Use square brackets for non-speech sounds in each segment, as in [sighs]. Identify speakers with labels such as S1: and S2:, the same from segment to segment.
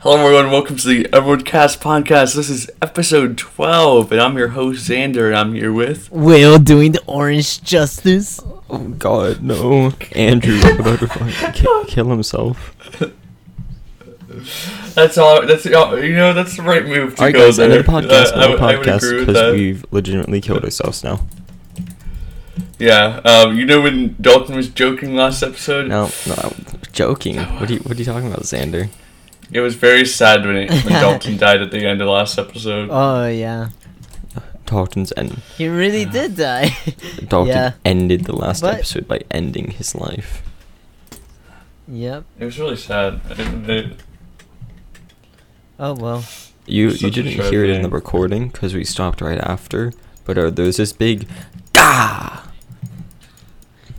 S1: Hello, everyone. Welcome to the Everwood Cast podcast. This is episode 12, and I'm your host, Xander, and I'm here with. [laughs]
S2: Will doing the orange justice.
S3: Oh God, no! [laughs] Andrew Butterfly ki- kill himself.
S1: That's all. That's all. You know, that's the right move to
S3: All right,
S1: go
S3: guys, end
S1: there.
S3: of the podcast.
S1: Uh, I would-
S3: end of the
S1: I would agree
S3: podcast
S1: with
S3: because
S1: that.
S3: we've legitimately killed ourselves now.
S1: Yeah. Um, you know when Dalton was joking last episode?
S3: No, no, I'm joking. What are you What are you talking about, Xander?
S1: It was very sad when, it, when Dalton died at the end of last episode.
S2: Oh yeah,
S3: Dalton's end.
S2: he really did die. [laughs]
S3: Dalton
S2: Yeah.
S3: ended the last
S2: But-
S3: episode by ending his life.
S2: yep.
S1: It was really sad. It- it-
S2: Oh well.
S3: You
S1: Such
S3: You
S1: a
S3: didn't
S1: shame,
S3: hear it in the
S1: man.
S3: recording because we stopped right after. But uh, there was this big, gah.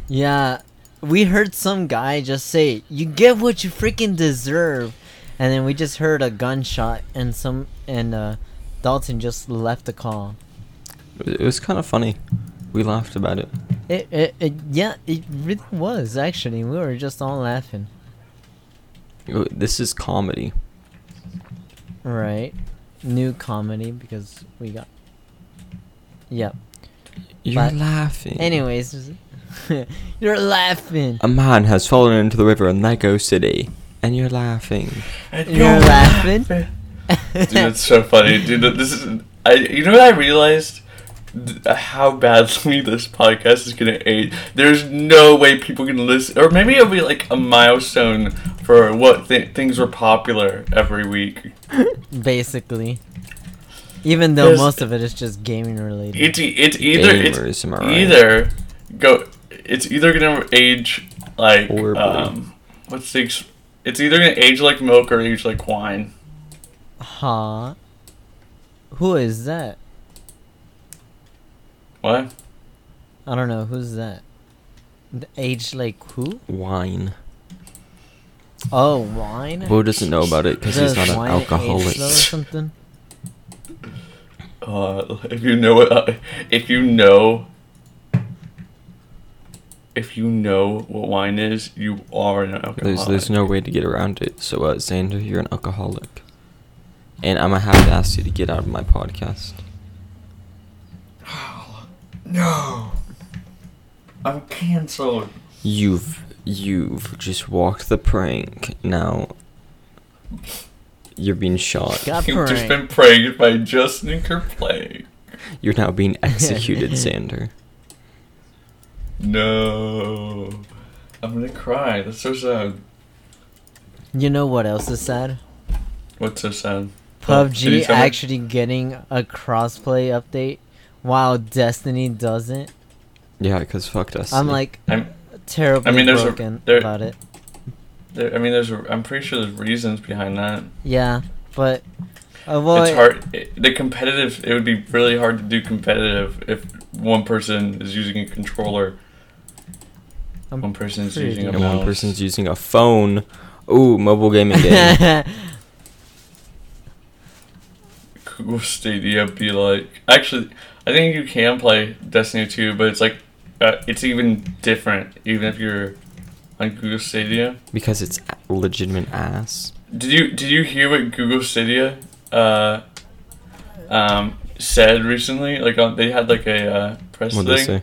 S2: Yeah, we heard some guy just say, "You get what you freaking deserve," and then we just heard a gunshot and some and uh, Dalton just left the call.
S3: It was, it was kind of funny. We laughed about it.
S2: It, it, it yeah it really was actually we were just all laughing
S3: Yo, This is comedy.
S2: right new comedy because we got yep
S3: You're
S2: But-
S3: laughing.
S2: anyways [laughs] you're laughing
S3: A man has fallen into the river in Lego City, and you're laughing.
S1: and [laughs]
S2: You're laughing? [laughs]
S1: Dude, that's so funny. Dude, th- this is. I, you know what I realized? Th- How badly [laughs] this podcast is gonna age. There's no way people can listen, or maybe it'll be like a milestone for what th- things were popular every week.
S2: basically. Even though
S1: There's-
S2: most of it is just gaming related.
S1: It's e- it's either it's
S3: Gamers, am I right?
S1: either go. It's either gonna age like
S3: Horribly.
S1: um, what's the? ex- It's either gonna age like milk or age like wine.
S2: huh? Who is that?
S1: What?
S2: I don't know. Who's that? The age like who?
S3: Wine.
S2: Oh, wine.
S3: Bo doesn't know about it because he's
S2: Does
S3: not an
S2: wine age
S3: alcoholic.
S2: slow or something?
S1: Uh, if you know, uh, if you know, if you know what wine is, you are an alcoholic.
S3: There's there's no way to get around it. So uh, Xander, you're an alcoholic, and I'm gonna have to ask you to get out of my podcast.
S1: [sighs] No. I'm canceled.
S3: You've you've just walked the prank. Now you're being shot.
S2: Got
S1: You've just been
S2: pranked.
S1: pranked by Justin Kerplay.
S3: You're
S2: [laughs]
S3: now being executed, Xander.
S1: No. I'm gonna cry. That's so sad.
S2: You know what else is sad?
S1: What's so sad? Oh, did you
S2: PUBG
S1: tell me-
S2: actually getting a crossplay update while Destiny doesn't.
S3: Yeah, because fuck Destiny.
S2: I'm like
S1: I'm-
S2: terribly
S1: there's a-
S2: broken
S1: there-
S2: about it.
S1: There, I mean, there's. a- I'm pretty sure there's reasons behind that.
S2: Yeah, but uh, well,
S1: it's
S2: it-
S1: hard. It, the competitive. It would be really hard to do competitive if one person is using a controller.
S2: I'm
S1: one person is
S2: pretty
S1: using a
S3: and one
S1: mouse.
S3: person's using a phone. Ooh, mobile
S2: [laughs]
S3: gaming game.
S1: Google Stadia be like? Actually, I think you can play Destiny 2, but it's like uh, it's even different. Even if you're on Google Stadia,
S3: Because it's a- legitimate ass.
S1: did you did you hear what Google Stadia uh, um, said recently? Like on, they had like a uh, press
S3: What
S1: thing.
S3: they say?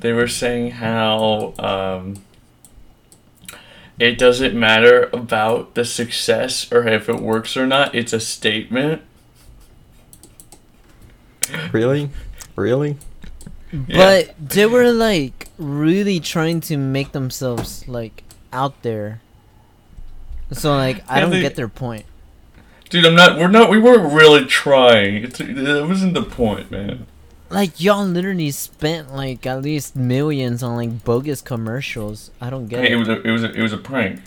S1: they were saying how um, it doesn't matter about the success or if it works or not. It's a statement.
S3: Really? Really?
S1: Yeah.
S2: But they were like really trying to make themselves like out there. So like I
S1: Yeah,
S2: don't
S1: they-
S2: get their point.
S1: Dude, I'm not. We're not. We weren't really trying. It's, that wasn't the point, man.
S2: Like y'all literally spent like at least millions on like bogus commercials. I don't get
S1: Hey, it
S2: it.
S1: was a. It was a. It was a prank.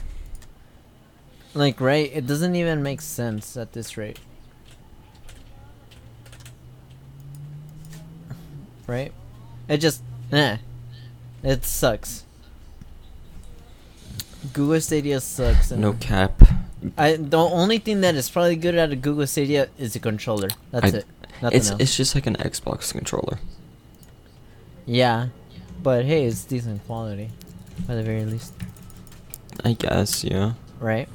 S2: Like right, it doesn't even make sense at this rate. Right? It just eh. It sucks. Google Stadia sucks. and-
S3: No cap.
S2: I the only thing that is probably good at a Google Stadia is the controller. That's
S3: I-
S2: it. Nothing
S3: It's
S2: else.
S3: it's just like an Xbox controller.
S2: yeah, but hey, it's decent quality, at the very least,
S3: I guess, yeah.
S2: right?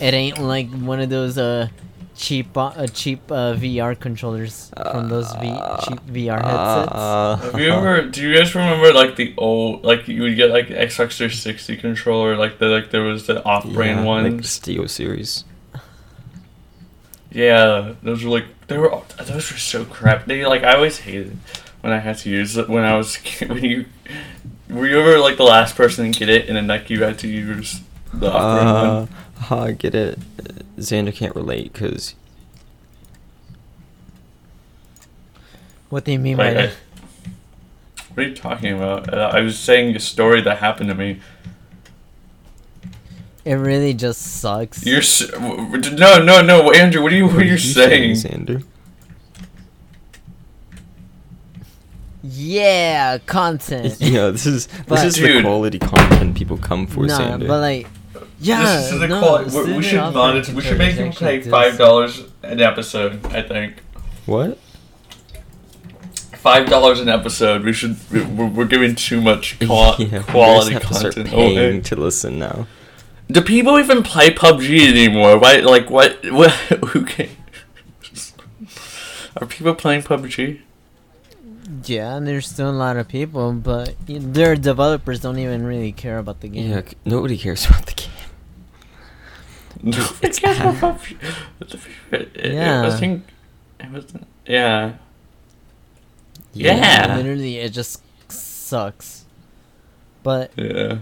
S2: It ain't like one of those uh cheap uh, uh, cheap uh, VR controllers from those v-
S3: Uh,
S2: cheap VR headsets.
S1: Have
S3: Uh-huh.
S1: you
S3: [laughs]
S1: ever? Do you guys remember like the old like you would get like Xbox 360 controller like the like there was the off-brand
S3: yeah, Like the
S1: ones.
S3: Steel series.
S1: Yeah, those were like they were all- those were so crap. They like I always hated when I had to use it when I was [laughs] when you were you ever like the last person to get it and then like you had to use the off-brand one.
S3: Uh, [laughs] I get it. Xander can't relate because
S2: What do you mean by
S1: Like, I-
S2: that?
S1: what are you talking about? Uh, I was saying a story that happened to me.
S2: It really just sucks.
S1: You're s- w- w- no, no, no, Andrew. What are you? What are you saying?
S3: Xander?
S2: [laughs] yeah, content.
S3: [laughs] yeah, this is this
S2: But-
S3: is the
S1: Dude.
S3: quality content people come for,
S2: nah,
S3: Xander.
S2: but like, yeah,
S1: This is the
S2: no,
S1: quali- we-
S2: student
S1: we should
S2: offered
S1: monitor. We should make
S2: tutors
S1: him
S2: actually
S1: pay
S2: do
S1: five
S2: s-
S1: dollars an episode. I think
S3: what?
S1: five dollars an episode. We should. we- We're, we're giving too much qua-
S3: [laughs] Yeah, we just
S1: quality
S3: have to start
S1: content.
S3: paying
S1: away.
S3: to listen now.
S1: Do people even play PUBG anymore? Why? Like what? What? [laughs] Who can? Are people playing [laughs] PUBG?
S2: Yeah, and there's still a lot of people, but y- their developers don't even really care about the game.
S3: Yeah, c- nobody cares [laughs] about the game.
S1: No, it's PUBG. It, it
S2: Yeah.
S1: wasn't- it wasn't- yeah. Yeah.
S2: Literally, it just sucks. But
S1: Yeah.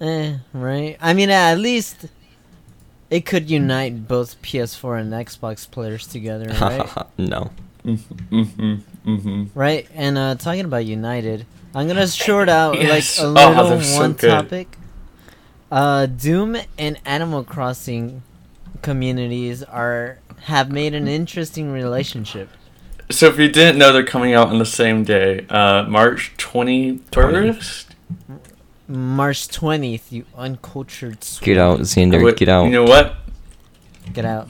S2: eh, right? I mean, at least it could unite both PS4 and Xbox
S1: [laughs]
S2: players together, right?
S3: [laughs] no.
S1: Mm-hmm. Mm-hmm.
S2: right? And uh, talking about United,
S1: [laughs]
S2: I'm gonna short out
S1: Yes.
S2: like a
S1: Oh,
S2: little one
S1: they're so good.
S2: topic. Uh, Doom and Animal Crossing communities are have made an interesting relationship.
S1: So if you didn't know, they're coming out on the same day, uh, March twenty first.
S2: March 20th, you uncultured sw-
S3: Get out, Xander. get out.
S1: You
S3: You,
S1: know what?
S2: Get out.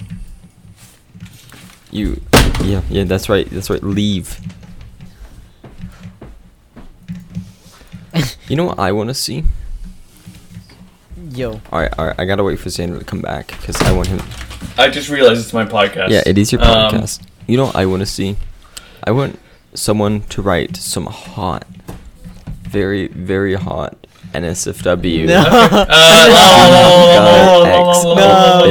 S3: Yeah, yeah. That's right. That's right.
S2: [laughs]
S3: Leave. you know what I want to see?
S2: Yo.
S3: All right, all right. I gotta wait for Xander to come back because I want him.
S1: I just realized it's my podcast.
S3: Yeah, it is your
S1: Um,
S3: podcast. you know what I want to see? I want someone to write some hot, very very hot
S2: [laughs]
S3: NSFW.
S2: No.
S1: uh, la- la- la- la- la- la- la- la- la- la-
S2: No,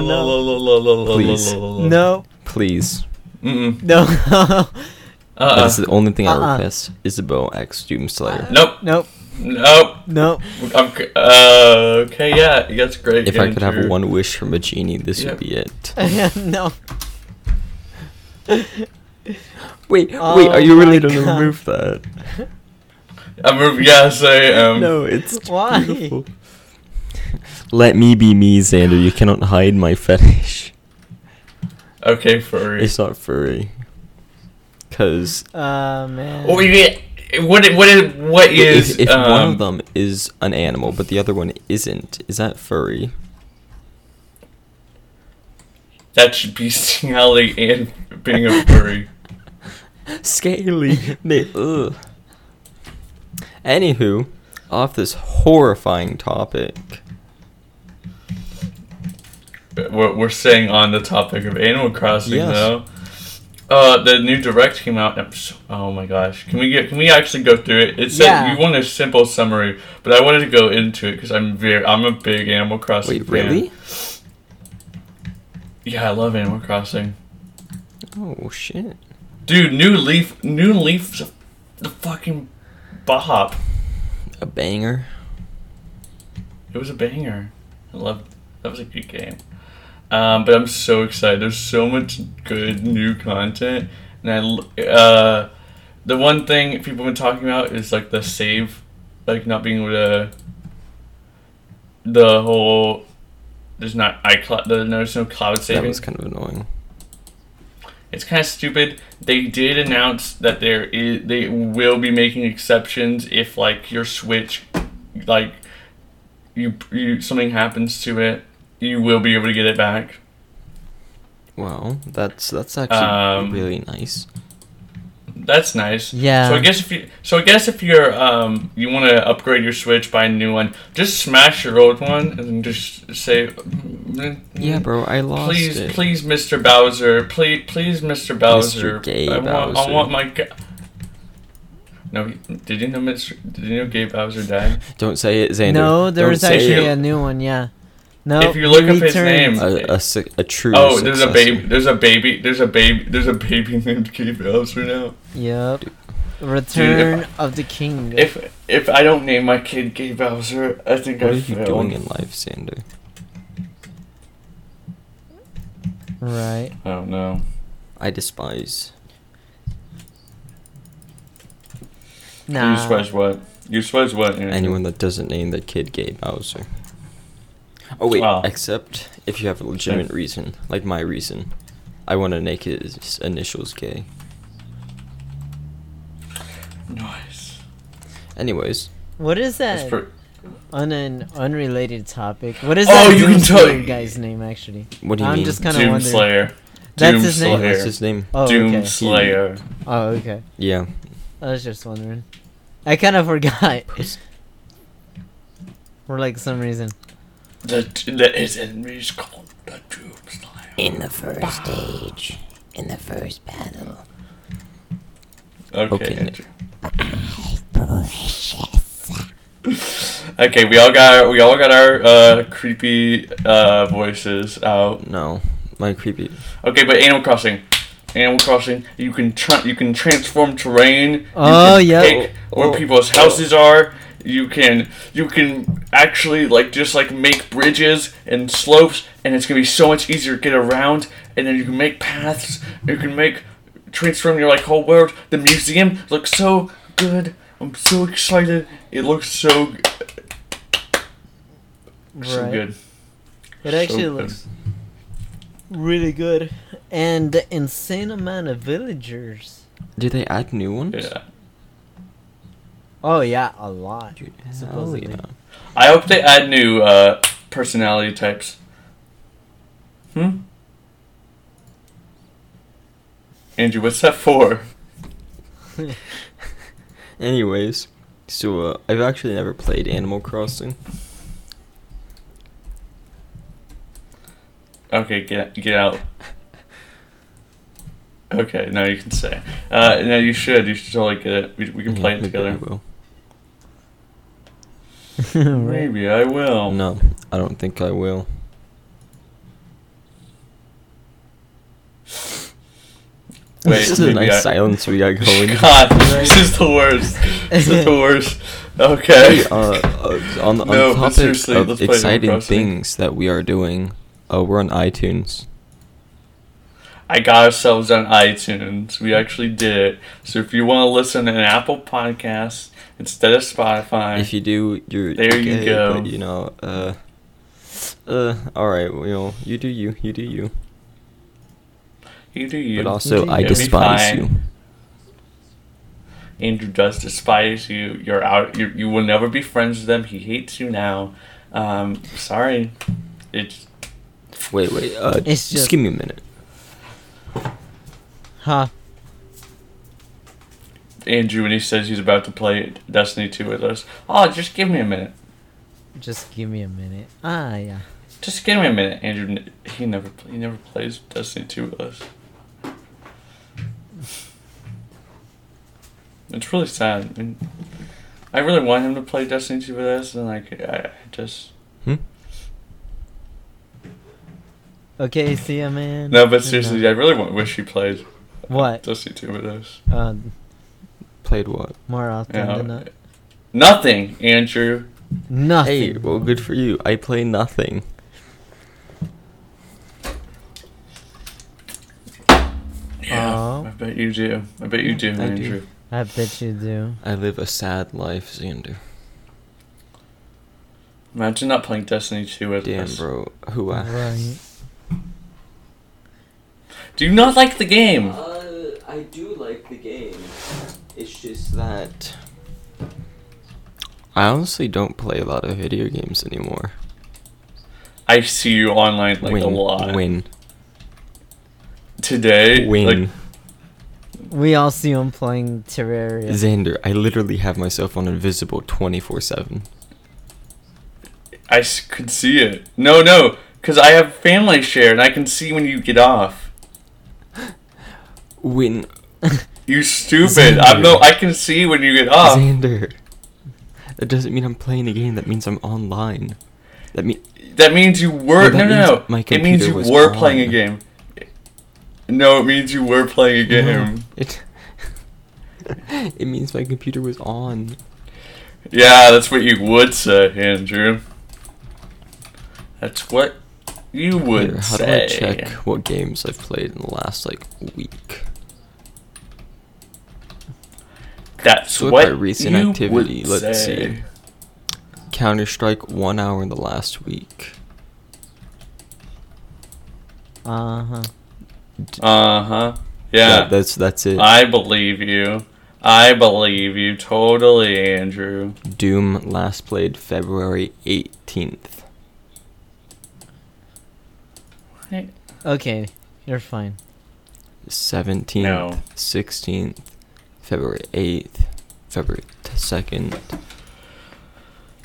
S2: no, no.
S1: no.
S3: Please.
S2: No,
S3: Please.
S1: Mm-mm.
S2: no, [laughs]
S1: Uh-uh.
S3: That's the only thing I
S2: Uh-uh.
S3: request. Isabel X Doom Slayer.
S1: Nope.
S2: nope,
S1: Nope.
S2: nope. [laughs]
S1: I'm, c- uh, okay, yeah, that's great.
S3: If I could have
S1: Andrew.
S3: one wish from a genie, this
S1: Yeah.
S3: would
S2: [laughs]
S3: be it.
S2: no.
S3: Wait,
S2: Oh
S3: wait, are you really
S2: my
S3: gonna
S2: God.
S3: remove that?
S1: I'm, re- yes, I am.
S3: No, it's
S2: [laughs] Why?
S3: beautiful. Let me be me, Xander. You cannot hide my fetish.
S1: Okay, furry.
S3: It's not furry. Cause
S2: Uh, man.
S1: What is, what is, what is, what is
S3: if, if
S1: um,
S3: one of them is an animal but the other one isn't, is that furry? [laughs]
S1: that should be Sally and being a furry.
S3: Scaly. [laughs] they, ugh. Anywho, off this horrifying topic.
S1: we're, we're staying on the topic of Animal Crossing,
S3: Yes.
S1: though. Uh, the new direct came out. I'm so, oh my gosh! Can we get? Can we actually go through it? It said
S2: Yeah.
S1: you want a simple summary, but I wanted to go into it because I'm very. I'm a big Animal Crossing.
S3: Wait,
S1: fan.
S3: really?
S1: Yeah, I love Animal Crossing.
S3: Oh shit.
S1: Dude, new leaf, new leaf's a- the fucking bop.
S3: A banger.
S1: It was a banger. I loved. That was a good game. Um, but I'm so excited. There's so much good new content, and I l- uh, the one thing people have been talking about is like the save, like not being able to. The whole there's not iCloud. there- There's no cloud
S3: That
S1: saving.
S3: was kind of annoying.
S1: It's kind of stupid. They did announce that there is they will be making exceptions if like your Switch, like you, you something happens to it, you will be able to get it back.
S3: Wow, that's that's actually
S1: Um,
S3: really nice.
S1: That's nice.
S2: Yeah.
S1: So I guess if you so I guess if you're um you want to upgrade your Switch buy a new one, just smash your old one and then just say mm,
S3: Yeah, bro, I lost
S1: Please,
S3: it.
S1: please, Mr. Bowser, please, please, Mr. Bowser.
S3: Gay
S1: I want,
S3: Bowser.
S1: I want my. Ga- no, he- did you know Mr. Did you know Gay Bowser died?
S3: Don't say it, Xander.
S2: No, there
S3: Don't
S2: was
S3: say
S2: actually
S3: it.
S2: a new one. Yeah. No.
S1: If you look
S2: he
S1: up his
S2: returned.
S1: name-
S3: a, a, su- a true.
S1: Oh, there's a
S3: successor.
S1: baby. There's a baby. There's a baby. There's a baby named Gay Bowser now.
S2: Yep. Return of the King.
S1: If if I don't name my kid Gay Bowser, I think
S3: What
S1: I
S3: are you
S1: failed.
S3: doing in life, Xander?
S2: right.
S1: I don't know.
S3: I despise.
S2: Nah.
S1: You despise what? You despise what? Andrew?
S3: Anyone that doesn't name their kid Gay Bowser. Oh wait,
S1: Wow.
S3: except if you have a legitimate reason, like my reason. I want to make his initials gay.
S1: Nice.
S3: Anyways,
S2: What is
S1: That's
S2: that?
S1: pretty.
S2: On an unrelated topic. What is
S1: Oh,
S2: that
S1: you can
S2: Doomslayer
S1: tell-
S2: guy's name actually?
S3: what do you
S2: I'm
S3: mean?
S2: just kind of
S1: Doom
S2: wondering.
S1: Slayer.
S2: That's his name?
S3: What's his name?
S2: Oh,
S1: Doom
S2: okay.
S1: Slayer.
S2: Oh, okay.
S3: Yeah.
S2: I was just wondering. I kind of forgot [laughs] for like some reason.
S1: The the his enemies called the Doom Slayer.
S4: In the
S3: Ah,
S4: first stage, in the first battle,
S1: Okay.
S3: Okay,
S1: Andrew.
S4: precious.
S1: [laughs] Okay, we all got our, we all got our uh, creepy uh, voices out.
S3: No, my creepy.
S1: Okay, but Animal Crossing, Animal Crossing, you can tra- you can transform terrain.
S2: Oh,
S1: you can
S2: yeah.
S1: pick
S3: Oh,
S1: where
S3: oh,
S1: people's
S3: oh.
S1: houses are. You can you can actually like just like make bridges and slopes, and it's gonna be so much easier to get around. And then you can make paths. You can make transform your like whole world. The museum looks so good. I'm so excited. It looks so g- so
S2: Right.
S1: good.
S2: It actually
S1: good.
S2: looks really good, and the insane amount of villagers.
S3: Did they add new ones?
S1: Yeah.
S2: Oh yeah, a lot.
S3: Dude, hell
S2: Supposedly.
S3: yeah.
S1: I hope they add new uh, personality types. Hmm? Andrew, what's that for?
S3: Anyways, so uh, I've actually never played Animal Crossing.
S1: Okay, get get out. Okay, no, you can say. Uh, no, you should. You should totally get it. We, we can play
S3: Yeah,
S1: it
S3: maybe I
S1: together.
S3: will.
S2: [laughs] Right.
S1: Maybe I will.
S3: No, I don't think I will.
S1: Wait,
S3: this is a
S1: maybe
S3: nice
S1: I-
S3: silence we got going.
S1: [laughs]
S3: [laughs]
S1: God, this is the worst. This is [laughs]
S2: [laughs]
S1: the worst. Okay.
S3: Hey, uh, uh, on the on
S1: No,
S3: the
S1: but
S3: topic
S1: seriously, let's
S3: of
S1: play Animal
S3: exciting
S1: Crossing.
S3: things that we are doing, uh, we're on iTunes.
S1: I got ourselves on iTunes. We actually did it. So if you want to listen to an Apple podcast instead of Spotify,
S3: If you do, you're
S1: There you
S3: gay,
S1: go.
S3: But, you know, uh, uh, all right. Well, you do you. You do you.
S1: you do you.
S3: But also,
S2: do
S3: I
S2: you.
S1: It'd be
S3: despise
S1: fine.
S3: you.
S1: Andrew does despise you. You're out. you you will never be friends with him. He hates you now. Um, sorry. It's
S3: Wait, wait. Uh,
S2: It's
S3: just,
S2: just-
S3: give me a minute.
S2: Huh.
S1: Andrew when he says he's about to play Destiny 2 with us. Oh, just give me a minute.
S2: Just give me a minute. Ah yeah.
S1: Just give me a minute. Andrew, n- he never he never plays Destiny 2 with us. It's really sad. I, mean, I really want him to play Destiny 2 with us, and like I I just
S3: Hmm?
S2: Okay, see ya, man.
S1: no, but
S2: Good
S1: seriously, I
S2: night.
S1: really want wish he played
S2: What?
S1: Destiny 2 with us.
S2: Um,
S3: Played what?
S2: more often
S1: Yeah.
S2: than not.
S1: Nothing, Andrew.
S2: Nothing.
S3: Hey, well, good for you. I play nothing.
S1: Yeah,
S2: Aw.
S1: I bet you do. I bet you do,
S3: I do.
S1: Andrew.
S2: I bet you do.
S3: I live a sad life, Xander.
S1: Imagine not playing Destiny 2 with
S3: Damn,
S1: us.
S3: bro. Who I?
S2: Right.
S1: Do you not like the game?
S3: Uh, I do [laughs] like the game. It's just that I honestly don't play a lot of video games anymore.
S1: I see you online like
S3: win,
S1: a lot.
S3: win,
S1: Today,
S3: win.
S1: like
S2: We all see him playing Terraria. [laughs]
S3: Xander, I literally have myself on invisible twenty four seven.
S1: I s- could see it. No, no, Because I have family share and I can see when you get off.
S3: When
S1: You stupid. I'm no. I can see when you get off.
S3: Xander, that doesn't mean I'm playing a game. That means I'm online. That mean
S1: That means you were.
S3: No, that
S1: No, no, no.
S3: means my
S1: It means
S3: computer
S1: you
S3: was
S1: were
S3: on.
S1: playing a game. No, it means you were playing a
S3: no,
S1: game.
S3: it. [laughs] it means my computer was on.
S1: Yeah, that's what you would say, Andrew. That's what you would
S3: Here, how do
S1: say.
S3: I check what games I've played in the last like week?
S1: That's
S3: Look
S1: what
S3: at recent
S1: you
S3: activity,
S1: Would
S3: let's
S1: say.
S3: see. Counter Strike one hour in the last week.
S2: Uh huh.
S1: Uh huh.
S3: That-
S1: Yeah.
S3: that's that's it.
S1: I believe you. I believe you totally, Andrew.
S3: Doom last played February eighteenth.
S2: Okay, you're fine. [laughs]
S1: No.
S3: seventeenth, sixteenth, February eighth, February second.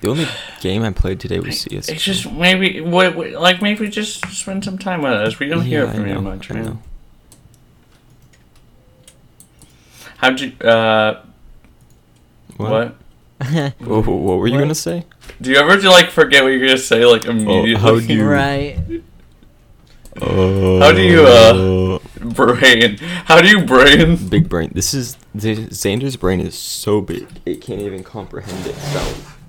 S3: The only game I played today was CS.
S1: It's just maybe, what, what- like maybe just spend some time with us. We don't hear from you much, man. How'd you? Uh, what?
S3: What? Wha- wha- What, were you
S2: What?
S3: gonna say?
S1: Do you ever like forget what you're gonna say like immediately?
S3: Oh, how
S1: [laughs]
S3: do you-
S2: right.
S1: How do you, uh, brain? How do you brain?
S3: Big brain. This is the, Xander's brain is so big it can't even comprehend itself.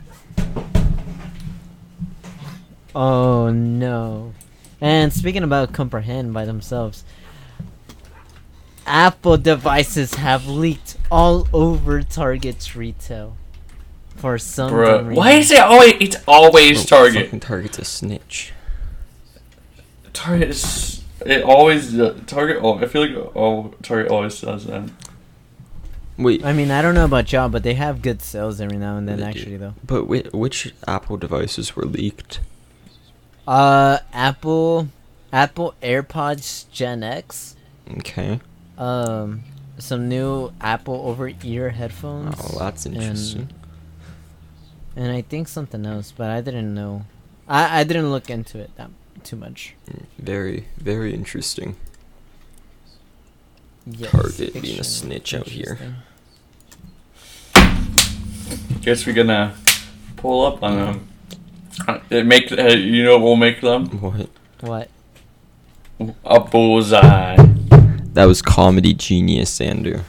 S2: Oh no. And speaking about comprehend by themselves, Apple devices have leaked all over Target's retail for some dumb
S1: Bruh.
S2: reason.
S1: Why is it always? It's always
S3: Oh,
S1: Target.
S3: Fucking Target's a snitch.
S1: Target is. It always uh, Target. Oh, I feel like oh Target always does that.
S3: Wait,
S2: I mean, I don't know about y'all, but they have good sales every now and then.
S3: They do.
S2: actually, though,
S3: but whi- which Apple devices were leaked?
S2: uh, Apple, Apple AirPods Gen X,
S3: Okay.
S2: um, some new Apple over ear headphones.
S3: Oh, that's
S2: and-
S3: interesting.
S2: and I think something else, but I didn't know. I I didn't look into it that too much.
S3: Very, very interesting.
S2: Yes,
S3: Target being a
S2: extremely
S3: snitch out here.
S2: interesting.
S1: Guess we're gonna pull up on them. Uh, It make uh, you know what will make them
S3: What?
S2: What?
S1: a bullseye.
S3: That was comedy genius, Xander.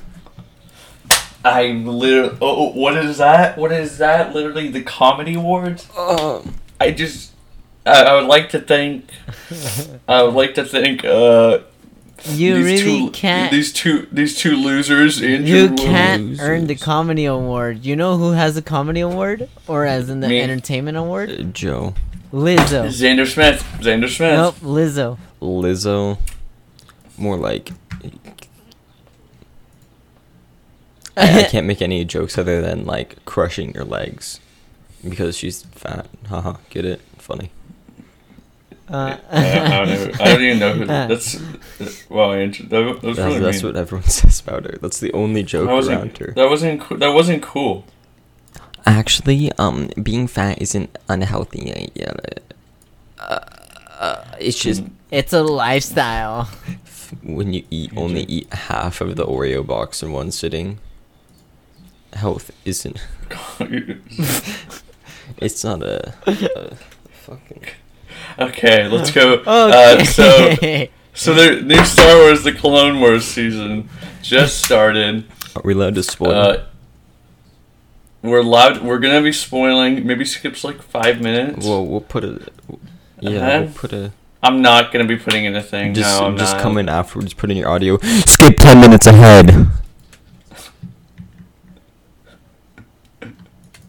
S1: I literally. Oh, what is that? What is that? Literally the comedy awards.
S2: Uh,
S3: Um,
S1: I just. I, I would like to thank. I would like to thank. Uh,
S2: You
S1: these
S2: really
S1: two,
S2: can't.
S1: These two. These two losers. Andrew
S2: you
S1: and-
S2: can't
S3: losers.
S2: earn the comedy award. You know who has the comedy award, or as in the
S1: Me.
S2: entertainment award?
S3: Joe,
S2: Lizzo.
S1: Xander Smith. Xander Smith.
S2: Nope, Lizzo.
S3: Lizzo, more like. I, I can't make any jokes other than like crushing your legs, because she's fat. Haha, get it? Funny.
S2: [laughs] Uh,
S1: I, I don't know. I don't even
S2: [laughs]
S1: know who. That's. Wow, Andrew. That, that was
S3: That's,
S1: really
S3: that's
S1: mean.
S3: what everyone [laughs] says about her. That's the only joke
S1: that
S3: around her.
S1: wasn't. That wasn't. coo- That wasn't cool.
S3: Actually, um, being fat isn't unhealthy. uh, Yeah, uh, uh, it's
S1: [laughs] Mm.
S3: just
S2: It's a lifestyle.
S3: when you eat only eat half of the Oreo box in one sitting. Health isn't. [laughs] [laughs] It's not a. a fucking.
S1: okay, let's
S2: [laughs]
S1: go.
S2: Okay.
S1: Uh, so. So the new Star Wars: The Clone Wars season just started.
S3: Are we allowed to spoil?
S1: Uh, we're allowed. We're gonna be spoiling. Maybe skips like five minutes.
S3: well, we'll put a. Yeah,
S1: Uh-huh.
S3: we'll put a.
S1: I'm not gonna be putting in a thing.
S3: Just,
S1: no, I'm
S3: just
S1: not.
S3: come in afterwards. Put in your audio. [laughs] Skip ten minutes ahead.
S2: [laughs]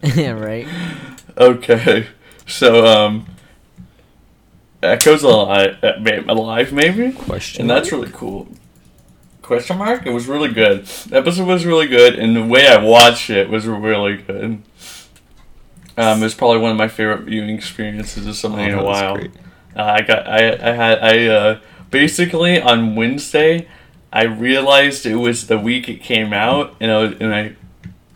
S2: yeah, right.
S1: Okay. [laughs] So um, Echo's alive. uh, ma- Alive, maybe.
S3: Question.
S1: And that's really cool. Question mark? It was really good. The episode was really good, and the way I watched it was really good. Um, it was probably one of my favorite viewing experiences of
S2: Oh,
S1: something in a
S3: Oh, that's
S1: while.
S3: great.
S1: Uh, I got I I had I uh, basically on Wednesday, I realized it was the week it came out, and I was, and I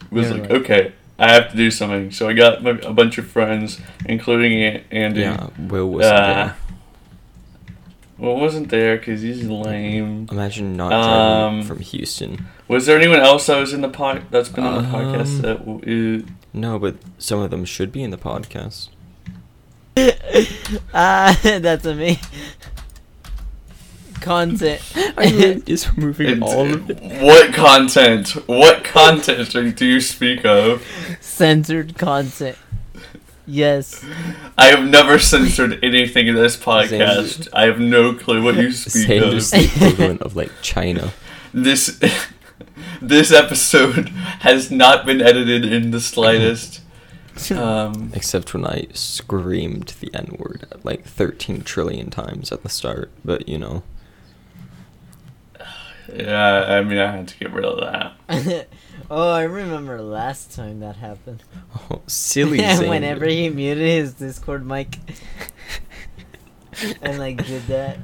S1: was
S2: Yeah,
S1: like,
S2: right.
S1: okay, I have to do something. So I got my, a bunch of friends, including A- Andy.
S3: Yeah, Will was
S1: Uh,
S3: there.
S1: Well, it wasn't there because he's lame.
S3: Imagine not driving
S1: Um,
S3: from Houston.
S1: Was there anyone else that was in the pod that's been on the
S3: Um,
S1: podcast that w- uh,
S3: No, but some of them should be in the podcast.
S1: [laughs]
S3: [laughs]
S2: Ah, [laughs] that's a me.
S3: [laughs]
S2: Content. [laughs]
S3: just removing
S1: it's-
S3: all
S1: [laughs]
S3: of it.
S1: What content? What content are- do you speak of?
S2: Censored content. [laughs] Yes.
S1: I have never censored anything in this podcast. I have no clue what you speak
S3: Sanders
S1: of.
S3: the equivalent of like China.
S1: This [laughs] this episode has not been edited in the slightest.
S2: Oh,
S1: Um,
S3: Except when I screamed the N word like 13 trillion times at the start, but you know.
S1: yeah, I mean, I had to get rid of that.
S2: oh, I remember last time that happened.
S3: Oh,
S2: [laughs]
S3: silly Xander.
S2: Whenever he muted his Discord [laughs] mic and like did that.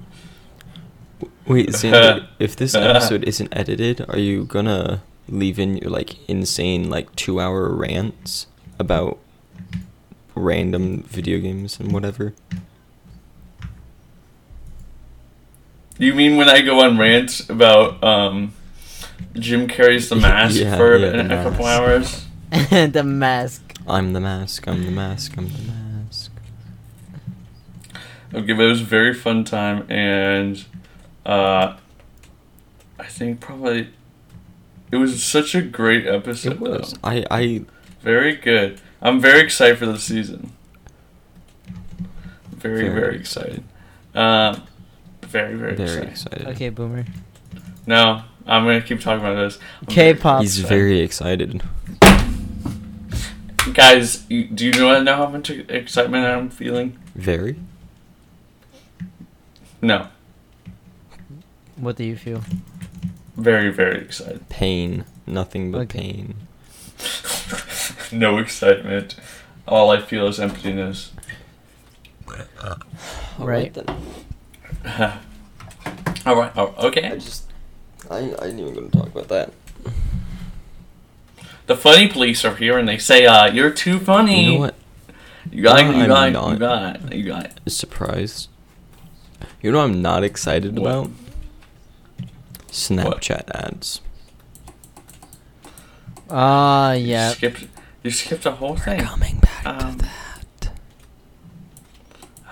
S2: [laughs]
S3: Wait, Xander, if this episode isn't edited, are you gonna leave in your like insane like two hour rants about random video games and whatever?
S1: You mean when I go on rants about um, Jim Carrey's The Mask
S3: Yeah,
S1: for
S3: yeah, The
S1: a couple
S3: Mask.
S1: hours?
S2: [laughs] the mask.
S3: I'm the mask, I'm the mask, I'm the mask.
S1: Okay, but it was a very fun time, and uh, I think probably it was such a great episode.
S3: It was.
S1: though.
S3: I, I
S1: very good. I'm very excited for the season. Very very, excited. Um, very very,
S3: Very
S1: excited.
S3: excited.
S2: Okay, boomer.
S1: No, I'm gonna keep talking about this. I'm very-
S2: K-pop.
S3: He's very excited.
S1: Guys, you- do you know know how much e, excitement I'm feeling?
S3: Very?
S1: No,
S2: What do you feel?
S1: very very excited. [laughs]
S3: Pain. Nothing but
S2: Okay.
S3: pain.
S1: no excitement. All I feel is emptiness. [laughs]
S2: Right.
S1: All right. Oh, okay.
S3: just I I didn't even gonna talk about that.
S1: The funny police are here and they say, uh, you're too funny.
S3: You know what?
S1: You got it,
S3: No,
S1: you got it,
S3: I'm not.
S1: you got it, you got it.
S3: Surprised. You know what I'm not excited
S1: What?
S3: about? Snapchat ads.
S2: Ah,
S1: You
S2: yeah.
S1: skipped, you skipped the whole thing.
S3: Coming back
S1: Um,
S3: to that.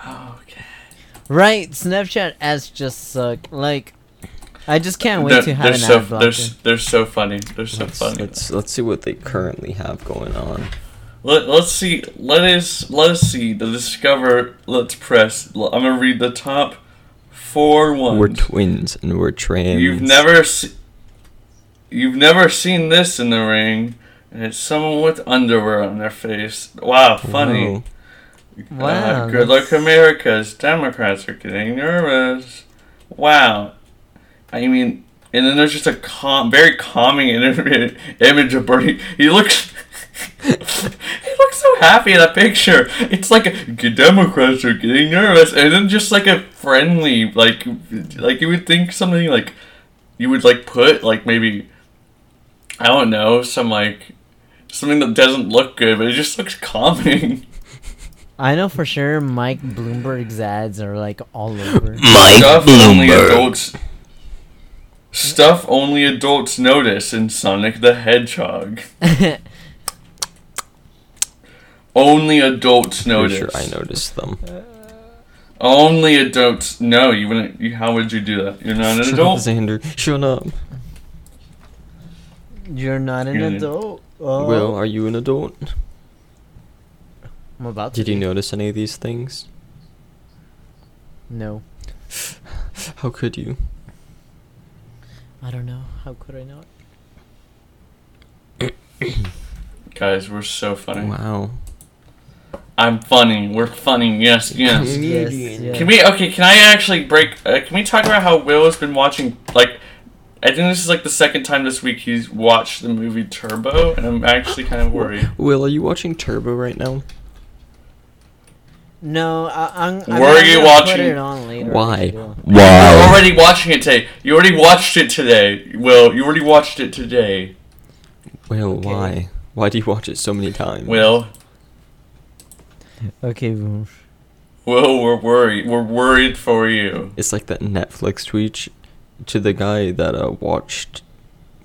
S1: Oh, Okay.
S2: Right, Snapchat ads just suck. Like, I just can't wait
S1: They're,
S2: to
S1: they're
S2: have an
S1: so,
S2: ad
S1: they're,
S2: blocker.
S1: s- they're so funny. They're so
S3: Let's,
S1: funny.
S3: let's let's see what they currently have going on.
S1: Let, let's see. Let us let us see the discover. Let's press. L- I'm gonna read the top four ones.
S3: We're twins and we're trans.
S1: You've never se- You've never seen this in the ring, and it's someone with underwear on their face. Wow, funny.
S3: Wow.
S2: Wow,
S1: Uh, good
S2: that's-
S1: luck, America's Democrats are getting nervous. Wow. I mean, and then there's just a calm, very calming [laughs] inter- image of Bernie. He looks. [laughs] he looks so happy in that picture. It's like "Good Democrats are getting nervous, and then just like a friendly, like, like you would think something like you would like put like maybe I don't know some like something that doesn't look good, but it just looks [laughs] calming.
S2: I know for sure Mike Bloomberg's ads are like all over. [laughs]
S3: Mike
S1: stuff only adults stuff only adults notice in Sonic the Hedgehog. Only adults notice.
S3: Sure, I noticed them.
S1: Only adults. No, you wouldn't. You, how would you do that? You're not an
S3: [laughs] Shut up,
S1: adult.
S3: Xander. Shut up.
S2: You're not an
S1: You're-
S2: adult. Oh,
S3: Will, are you an adult?
S2: I'm about to.
S3: Did you notice any of these things?
S2: No.
S3: How could you?
S2: I don't know. How could I not?
S1: Guys, we're so funny.
S3: Wow.
S1: I'm funny. We're funny. Yes, yes.
S2: Yes,
S3: Comedian.
S2: yeah.
S1: Can we? Okay. Can I actually break? Uh, can we talk about how Will has been watching? Like, I think this is like the second time this week he's watched the movie Turbo, and I'm actually kind of worried.
S3: Will, are you watching Turbo right now?
S2: No, I, I'm. I'm
S1: Were
S2: not
S1: you
S2: gonna
S1: watching-
S2: Put it on later.
S3: Why?
S2: Will.
S1: You're
S3: Why?
S1: already watching it today. You already watched it today. Will, you already watched it today.
S3: Will, why? Why do you watch it so many times?
S1: Will,
S2: Okay, boom.
S1: Well, we're worried. We're worried for you.
S3: It's like that Netflix tweet to the guy that uh, watched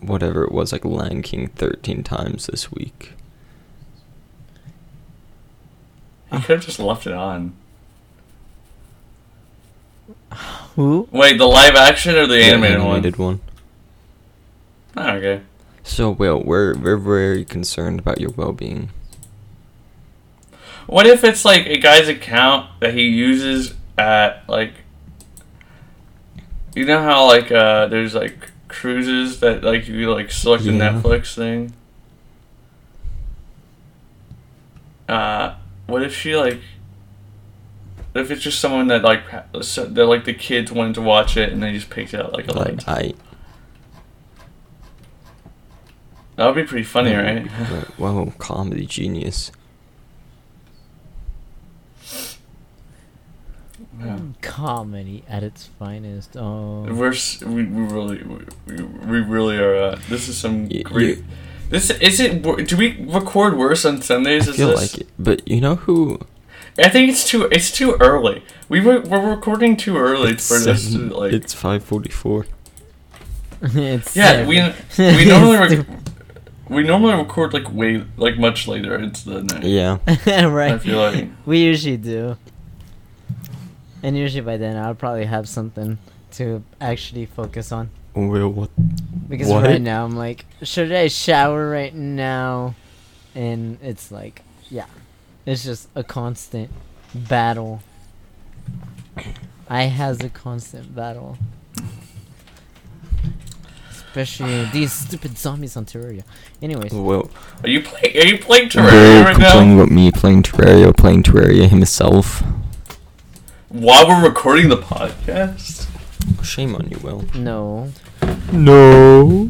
S3: whatever it was, like Lion King 13 times this week.
S1: You could have just left it on.
S2: Who?
S1: Wait, the live action or the animated,
S3: animated
S1: one?
S3: one.
S1: Oh, okay.
S3: So, Will, we're we're very concerned about your well-being.
S1: What if it's like a guy's account that he uses at like you know how like uh there's like cruises that like you like select the
S3: Yeah.
S1: Netflix thing? Uh what if she like what if it's just someone that like ha- so- that like the kids wanted to watch it and they just picked it up like a lot?
S3: Like I.
S1: That would be pretty funny,
S3: [laughs]
S1: right?
S3: Wow, comedy genius.
S1: Yeah.
S2: Comedy at its finest. Oh,
S1: We're s- we, we really we, we- we really are. Uh, this is some
S3: Y-
S1: great.
S3: you-
S1: This is it. wor- Do we record worse on Sundays?
S3: I
S1: Is
S3: feel
S1: this?
S3: like it, but you know who?
S1: I think it's too. It's too early. We were we're recording too early
S3: It's
S1: for this. To,
S3: seven-
S1: like
S3: it's five forty-four.
S2: [laughs] it's
S1: yeah, we
S2: seven.
S1: we
S3: [laughs]
S1: normally
S2: It's
S1: rec- we normally record like way like much later into the night.
S3: Yeah,
S2: [laughs] right.
S1: I feel like
S2: we usually do. And usually by then I'll probably have something to actually focus on.
S3: Will. What?
S2: Because
S3: What?
S2: right now I'm like, should I shower right now? And it's like, yeah. It's just a constant battle. I has a constant battle.
S3: [sighs]
S2: Especially these stupid zombies on Terraria. Anyways,
S3: Will.
S1: are you playing are you playing Terraria right now?
S3: about me playing Terraria, playing Terraria himself.
S1: While we're recording the podcast.
S3: Oh, Shame on you, Will.
S2: no.
S3: No.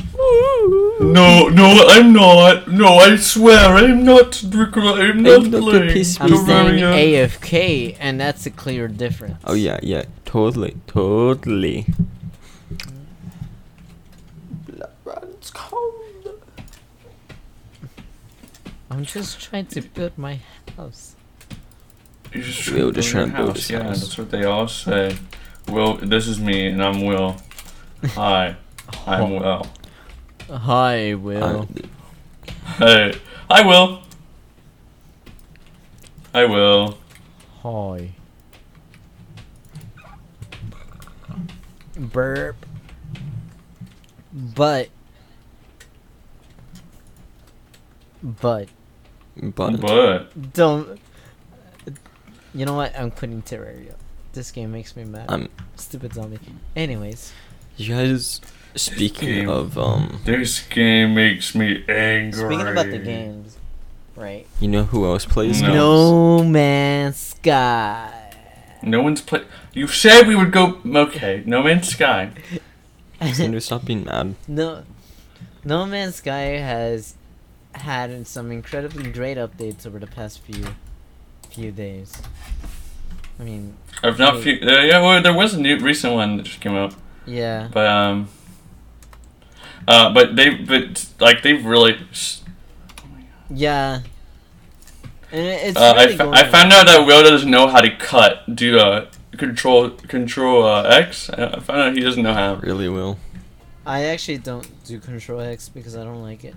S1: No, no, I'm not. No, I swear, I'm not. rec- I'm not
S3: look at
S1: playing.
S3: this
S2: I'm
S3: Don't
S2: saying
S1: Terraria.
S2: AFK, and that's a clear difference.
S3: Oh yeah, yeah, totally, totally. Blood runs cold.
S2: I'm just trying to build my house.
S1: You're just trying to
S3: Will just
S1: build
S3: trying to
S1: your
S3: build
S1: house.
S3: his
S1: Yeah,
S3: house.
S1: that's what they all say. Will, this is me, and I'm Will. Hi, I'm Will.
S2: Hi, Will.
S1: Hey, I Will. I Will.
S2: Hi. Burp. But. But
S3: but
S1: But
S2: don't. You know what? I'm quitting Terraria. This game makes me mad.
S3: um,
S2: Stupid zombie. Anyways,
S3: you guys. Speaking
S1: game.
S3: of um,
S1: this game makes me angry.
S2: speaking about the games, right?
S3: you know who else plays?
S1: No.
S3: games?
S2: No Man's Sky.
S1: No one's play. You said we would go. Okay, No Man's Sky.
S3: Xander, stop being mad.
S2: No, No Man's Sky has had some incredibly great updates over the past few few days. I mean,
S1: I've not. Few, uh, yeah, well, there was a new recent one that just came out.
S2: yeah,
S1: But um, uh, but they but like they've really.
S2: yeah. And it- it's
S1: Uh, I
S2: really
S1: fo-
S2: going
S1: I
S2: on.
S1: found out that Will doesn't know how to cut. Do uh control control uh, X. I I found out he doesn't know how.
S3: Really will.
S2: I actually don't do Control X because I don't like it.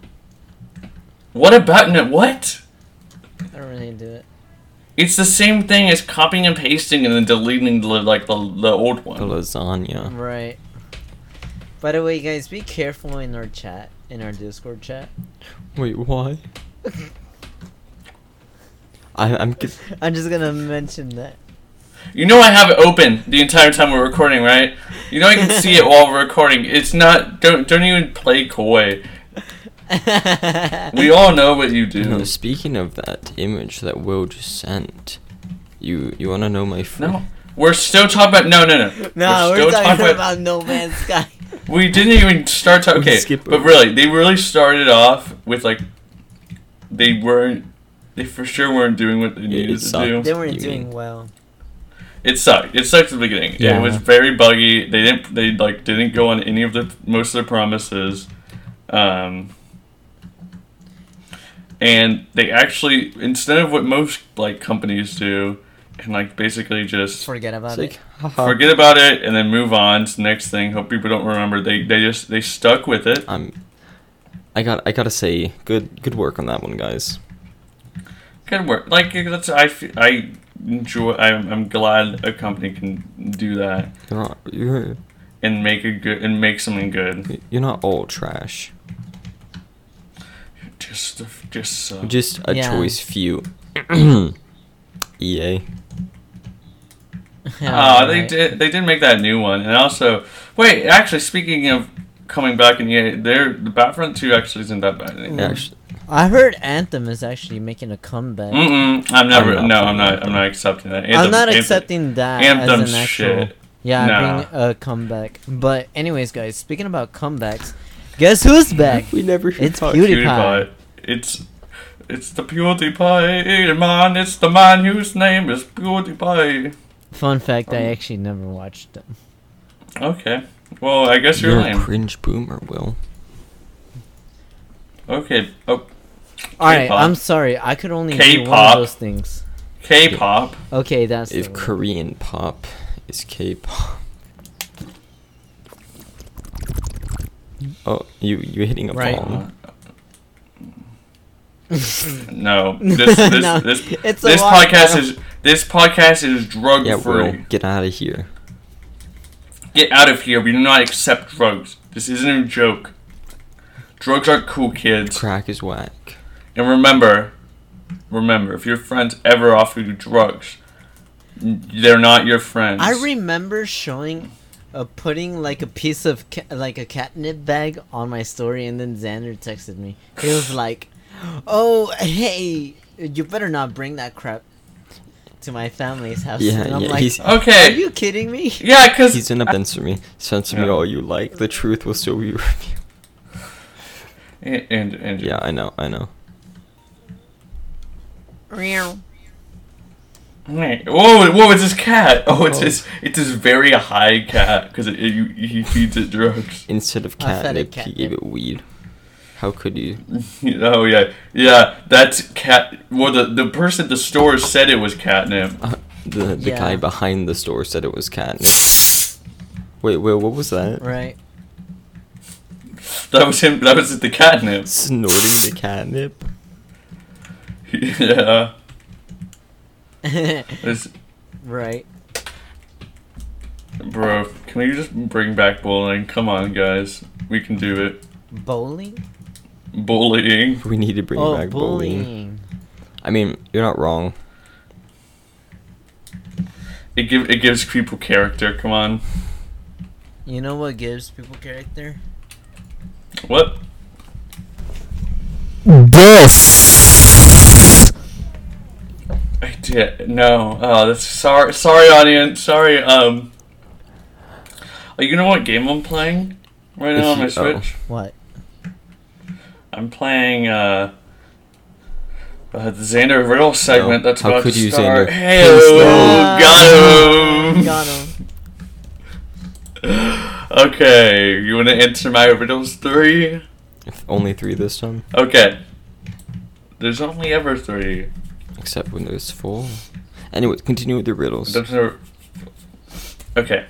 S1: What about no, what?
S2: I don't really do it.
S1: It's the same thing as copying and pasting and then deleting the like the, the old
S3: The
S1: one.
S3: lasagna.
S2: Right. By the way, guys, be careful in our chat, in our Discord chat.
S3: Wait, why? I, I'm. g-
S2: I'm just gonna mention that.
S1: You know I have it open the entire time we're recording, right? You know I can see it while we're recording. It's not don't don't even play coy. We
S2: [laughs]
S1: all know what you do.
S3: [laughs] No, speaking of that image that Will just sent, you you wanna know my? F-
S1: No. We're still talking about no, no, no.
S2: no, we're,
S1: still
S2: talking about No
S1: [laughs]
S2: Man's Sky.
S1: We didn't even start talking.
S3: We
S1: Okay,
S3: skip
S1: but
S3: over.
S1: really, they really started off with like they weren't. They for sure weren't doing what they needed to
S3: sucked.
S1: do.
S2: They weren't
S3: You
S2: doing
S3: mean-
S2: well.
S1: It sucked. It sucked at the beginning.
S3: Yeah.
S1: It was very buggy. They didn't. They like didn't go on any of the most of their promises. Um. And they actually, instead of what most like companies do, and like basically just
S2: Forget about
S3: It's
S1: [laughs]
S3: like,
S2: it.
S3: haha.
S1: forget about it and then move on to the next thing. Hope people don't remember. They they just they stuck with it.
S3: I'm. I got. I gotta say, good. Good work on that one, guys.
S1: Good work. Like that's I f- I enjoy. I'm I'm glad a company can do that
S3: You're not. You're.
S1: and make a good and make something good.
S3: You're not all trash.
S1: Just just so.
S3: Just a
S2: Yeah. [clears throat]
S3: choice few. E EA.
S1: Oh, they
S2: Alright.
S1: did. They did make that new one, and also, wait. Actually, speaking of coming back in EA, there the Battlefront Two actually isn't that bad. Anymore.
S3: Actually,
S2: I heard Anthem is actually making a comeback.
S1: Mm-mm, I'm never.
S3: I'm
S1: no,
S3: not playing
S1: I'm not.
S3: Anthem.
S1: I'm not accepting that.
S2: I'm
S1: Mm, Anthem-
S2: not
S1: Anthem-
S2: accepting that
S1: Anthem
S2: as an actual.
S1: shit.
S2: Yeah,
S1: Nah.
S2: being a comeback. But anyways, guys, speaking about comebacks, guess who's back?
S3: we never should
S2: It's
S3: talk-
S2: beauty-
S1: PewDiePie. It's it's the PewDiePie man. It's the man whose name is PewDiePie.
S2: Fun fact: I actually never watched them.
S1: Okay. Well, I guess you're
S3: You're a
S1: lame.
S3: cringe boomer, Will.
S1: Okay. Oh,
S2: All right,
S1: K-pop.
S2: I'm sorry. I could only do one
S1: K-pop.
S2: of those things.
S1: K-pop.
S2: Okay, that's the
S3: If
S2: word.
S3: Korean pop is
S2: [laughs]
S3: K-pop. Oh, you you hitting a
S2: Right.
S3: bomb? [laughs]
S1: No. This this
S2: No,
S1: this,
S2: it's a
S1: this
S2: lot,
S1: podcast
S2: bro.
S1: is this podcast is drug
S3: Yeah,
S1: free.
S3: Will, get out of here.
S1: Get out of here. We do not accept drugs. This isn't a joke. Drugs are cool, kids.
S3: Crack is whack.
S1: And remember, remember, if your friends ever offer you drugs, they're not your friends.
S2: I remember showing, uh, putting like a piece of ca- like a catnip bag on my story, and then Xander texted me. He was like, "Oh, hey, you better not bring that crap to my family's house."
S3: Yeah,
S2: and I'm
S3: yeah.
S2: like, uh.
S3: he's
S2: "Are
S1: Okay.
S2: you kidding me?"
S1: [laughs] Yeah, because
S3: he's gonna censor me. Censor me
S1: Yeah.
S3: all you like. The truth will still be [laughs] revealed.
S1: and and, and
S3: Yeah, I know. I know.
S1: Wait, Whoa, whoa! It's his cat. Oh, it's his it's his very high cat because it, it, you- he feeds it drugs. [laughs]
S3: Instead of
S2: I fed it
S3: catnip, he gave
S2: catnip.
S3: it weed. How could you?
S1: oh yeah, yeah. That's cat. Well, the the person at the store said it was catnip.
S3: Uh, the the
S2: Yeah.
S3: guy behind the store said it was catnip. Wait, Will, what was that?
S2: Right. [laughs]
S1: That was him. That was the catnip.
S3: Snorting the catnip.
S1: [laughs] yeah. It's,
S2: right.
S1: bro, can we just bring back bowling? Come on, guys. We can do it.
S2: Bowling?
S1: Bullying.
S3: We need to bring
S2: oh,
S3: back
S2: bullying.
S3: bullying. I mean, you're not wrong.
S1: It give it gives people character. Come on.
S2: You know what gives people character?
S1: What?
S2: This.
S1: I did no. Oh, that's sorry. Sorry, audience. Sorry. Um. Oh, you know what game I'm playing right now on my
S3: If you- oh.
S1: Switch?
S2: What?
S1: I'm playing uh. Uh, the Xander Riddle segment
S3: No.
S1: that's
S3: How
S1: about
S3: could
S1: to
S3: you,
S1: start.
S3: Xander?
S1: Hey, oh,
S3: Please,
S2: no.
S1: got him.
S2: Got [laughs] him.
S1: Okay, you want to answer my riddles three?
S3: If only three this time,
S1: Okay. There's only ever three.
S3: except when there's four. Anyway, continue with the riddles.
S1: There's no- Okay.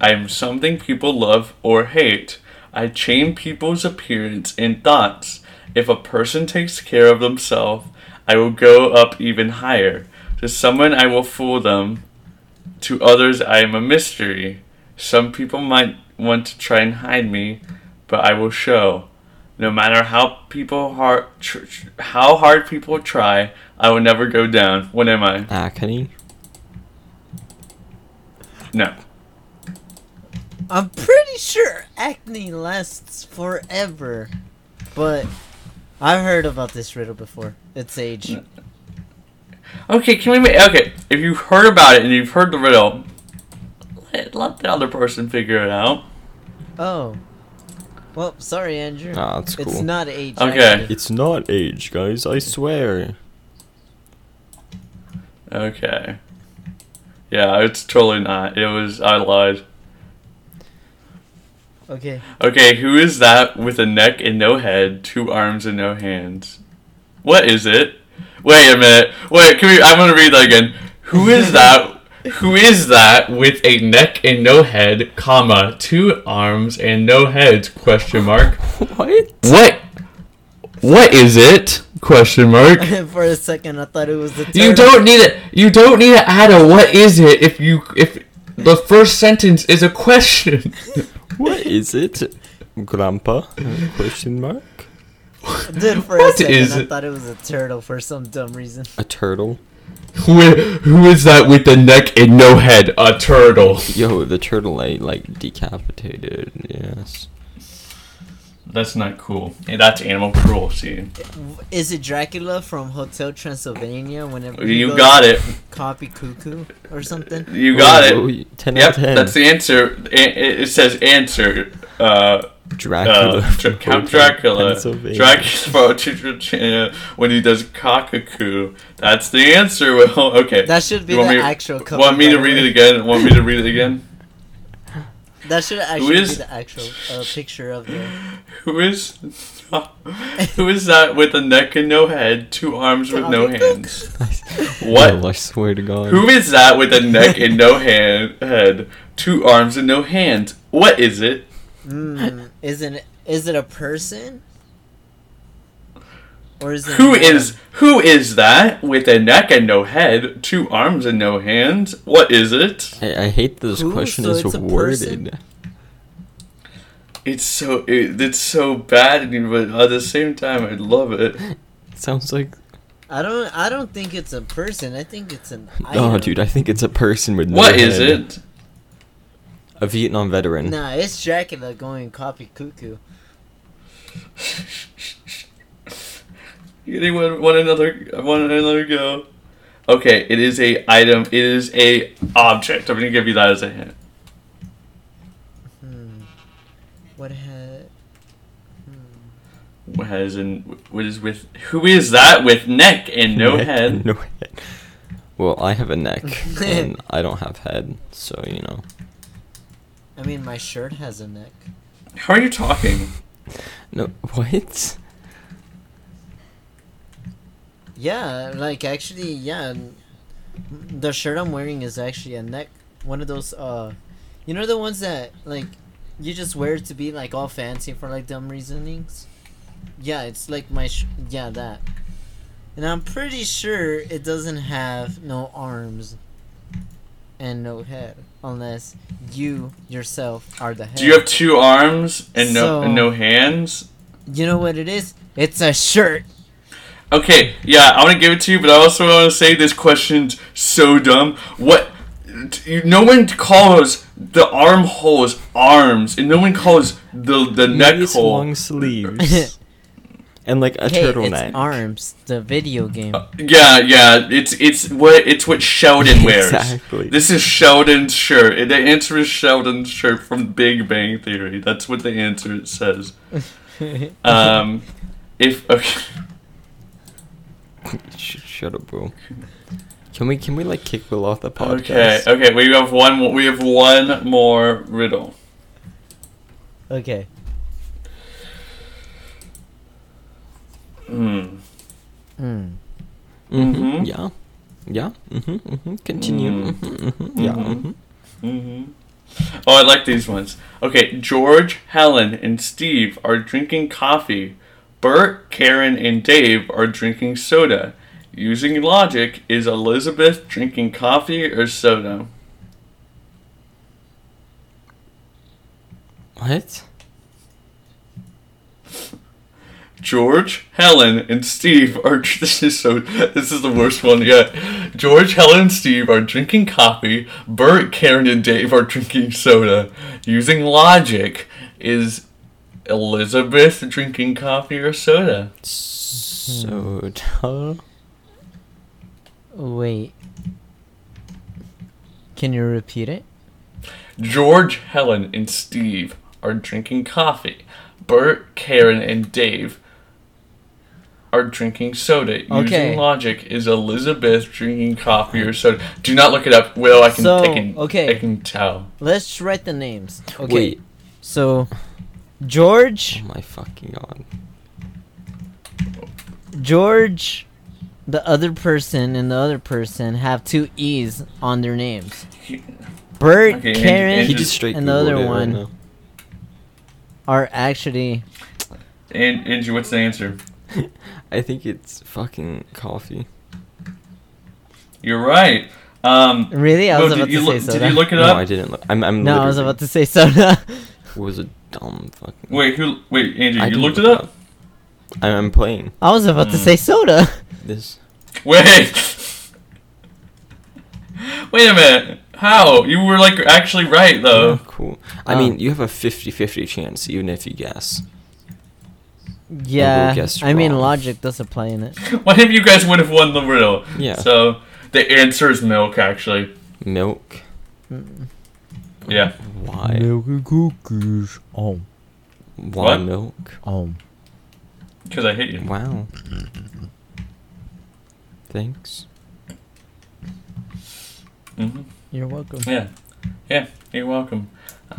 S1: I am something people love or hate. I change people's appearance and thoughts. If a person takes care of themselves, I will go up even higher. To someone, I will fool them. To others, I am a mystery. Some people might want to try and hide me, but I will show. No matter how people hard, tr- tr- how hard people try, I will never go down. What am I?
S3: Acne.
S1: No.
S2: I'm pretty sure acne lasts forever, but I've heard about this riddle before. It's age.
S1: Okay, can we make okay? If you've heard about it and you've heard the riddle, let, let the other person figure it out.
S2: Oh. Well, sorry, Andrew.
S3: Ah, that's cool.
S2: It's not age.
S1: Okay.
S2: acne.
S3: It's not age, guys. I swear.
S1: Okay. Yeah, it's totally not. It was I lied.
S2: Okay. [laughs]
S1: Okay, who is that with a neck and no head, two arms and no hands? What is it? Wait a minute. Wait, can we? I'm gonna read that again. Who is that? Who is that with a neck and no head, comma, two arms and no heads, question mark?
S3: What?
S1: What? What is it? Question mark.
S2: For a second, I thought it was the.
S1: [laughs] You don't need it. You don't need to add a what is it if you if the first sentence is a question. [laughs]
S3: What is it? Grandpa? Question mark.
S2: Dude, for
S1: What
S2: a second,
S1: is
S2: I
S1: it?
S2: thought it was a turtle for some dumb reason.
S3: A turtle.
S1: Who i- who is that with the neck and no head? A turtle.
S3: Yo, the turtle I like decapitated. Yes.
S1: That's not cool. And that's animal cruelty.
S2: Is it Dracula from Hotel Transylvania? Whenever he
S1: You
S2: goes
S1: got it.
S2: Copy cuckoo or something.
S1: You got
S3: Oh,
S1: it.
S3: oh, Ten
S1: Yep,
S3: out of ten.
S1: that's the answer. It, it it says answer. Uh,
S3: Dracula.
S1: uh, Dra- Count Dracula.
S3: Pennsylvania.
S1: Dracula uh, when he does cockacoo. That's the answer. Will [laughs] okay.
S2: That should be
S1: You want
S2: the
S1: me-
S2: actual cover.
S1: Want me
S2: by
S1: to
S2: the
S1: read
S2: way.
S1: it again? Want me to read it
S2: [laughs]
S1: again?
S2: That should actually
S1: is-
S2: be the actual uh, picture of the.
S1: Who is [laughs] who is that with a neck and no head, two arms with no hands?
S2: [laughs]
S1: What?
S3: Yo, I swear to God.
S1: Who is that with a neck and no hand, head, two arms and no hands? What is it?
S2: Mm, isn't it, is it a person? Or is it
S1: Who
S2: an
S1: is who is that with a neck and no head, two arms and no hands? What is it?
S3: I, I hate that this
S2: Who?
S3: question
S2: So
S3: is
S2: it's a person?
S3: worded.
S1: It's so it, it's so bad, but at the same time, I love it.
S3: Sounds like.
S2: I don't. I don't think it's a person. I think it's an.
S3: Oh,
S2: item.
S3: dude, I think it's a person with. No
S1: What is
S3: head.
S1: it?
S3: A Vietnam veteran.
S2: Nah, it's Dracula going copy cuckoo.
S1: [laughs] Anyone want another? Want another go? Okay, it is a item. It is a object. I'm gonna give you that as a hint.
S2: Hmm. What had? Hmm.
S1: What has an what is with who is that with neck and no
S3: Neck and
S1: head?
S3: [laughs] No head. Well, I have
S2: [laughs]
S3: a neck and I don't have head, so you know.
S2: I mean, my shirt has a neck.
S1: How are you talking?
S3: No, what?
S2: Yeah, like actually, yeah. n- The shirt I'm wearing is actually a neck. One of those, uh, you know the ones that like you just wear it to be like all fancy for like dumb reasonings. Yeah, it's like my sh- yeah that. And I'm pretty sure it doesn't have no arms and no head unless you yourself are the head.
S1: Do you have two arms and no
S2: So-
S1: and no hands?
S2: You know what it is? It's a shirt.
S1: Okay, yeah, I want to give it to you, but I also want to say this question's so dumb. What? You, no one calls the armholes arms, and no one calls the the neck
S3: Maybe it's
S1: hole.
S2: [laughs]
S3: long sleeves. and like a
S2: Hey,
S3: turtleneck.
S2: it's arms. The video game.
S1: Yeah, yeah. It's it's what it's [laughs] what
S3: [laughs]
S1: Sheldon wears.
S3: Exactly.
S1: This is Sheldon's shirt. And The answer is Sheldon's shirt from Big Bang Theory. That's what the answer it says.
S2: [laughs]
S3: [laughs]
S1: Um, if okay,
S3: Sh- shut up, bro. Can we can we like kick Will off the
S1: okay,
S3: podcast?
S1: okay. We have one. mo- We have one more riddle.
S2: Okay.
S1: Hmm.
S2: Mm.
S3: Mm-hmm.
S1: Mhm.
S3: Yeah. Yeah. hmm hmm Continue.
S1: Mm.
S3: hmm hmm Yeah.
S1: Mhm.
S3: hmm
S1: hmm Oh, I like these ones. Okay, George, Helen, and Steve are drinking coffee. Bert, Karen, and Dave are drinking soda. Using logic, is Elizabeth drinking coffee or soda?
S3: What?
S1: George, Helen, and Steve are. [laughs] This is so. This is the worst one yet. George, Helen, and Steve are drinking coffee. Bert, Karen, and Dave are drinking soda. Using logic, is Elizabeth drinking coffee or soda?
S2: Hmm.
S3: Soda.
S2: Wait. Can you repeat it?
S1: George, Helen, and Steve are drinking coffee. Bert, Karen, and Dave are drinking soda.
S2: Okay.
S1: Using logic, is Elizabeth drinking coffee or soda? Do not look it up, Will. I can, I
S2: So,
S1: can,
S2: okay.
S1: I can tell.
S2: Let's write the names. Okay.
S3: Wait.
S2: So George,
S3: Oh my fucking god.
S2: George, the other person and the other person have two E's on their names. Bert,
S1: Okay, and-
S2: Karen,
S1: and
S3: He just straight
S2: and the other
S3: Googled it right
S2: one
S3: now.
S2: are actually
S1: And Andrew, what's the answer?
S3: [laughs] I think it's fucking coffee.
S1: You're right. Um,
S2: really. I
S1: Bo,
S2: was
S1: did
S2: about
S1: you
S2: to
S1: look-
S2: say soda.
S1: Did you look it
S3: no,
S1: up?
S3: I didn't look. I'm. I'm
S2: no, I was
S3: literally-
S2: about to say soda. [laughs]
S3: was a dumb fucking.
S1: Wait, who? Wait, Andrew,
S3: I
S1: you
S3: didn't
S1: looked it
S3: look
S1: up?
S3: I'm, I'm playing
S2: I was about to
S3: Hmm.
S1: Mm.
S2: say soda.
S3: this.
S1: Wait. [laughs] Wait a minute. How? You were like actually right though.
S3: Yeah, cool. I
S2: Oh.
S3: mean, you have a 50-50 chance even if you guess.
S2: Yeah,
S3: guessed
S2: I mean
S3: wrong.
S2: logic does apply in it.
S1: What if you guys would have won the riddle?
S3: Yeah.
S1: So the answer is milk, actually.
S3: Milk.
S2: Mm.
S1: Yeah.
S3: Why?
S2: cookies. Oh,
S3: Why
S1: What?
S3: milk?
S2: oh.
S1: Because I hate you.
S3: Wow. Thanks.
S1: hmm
S2: You're welcome.
S1: Yeah. Yeah. You're welcome.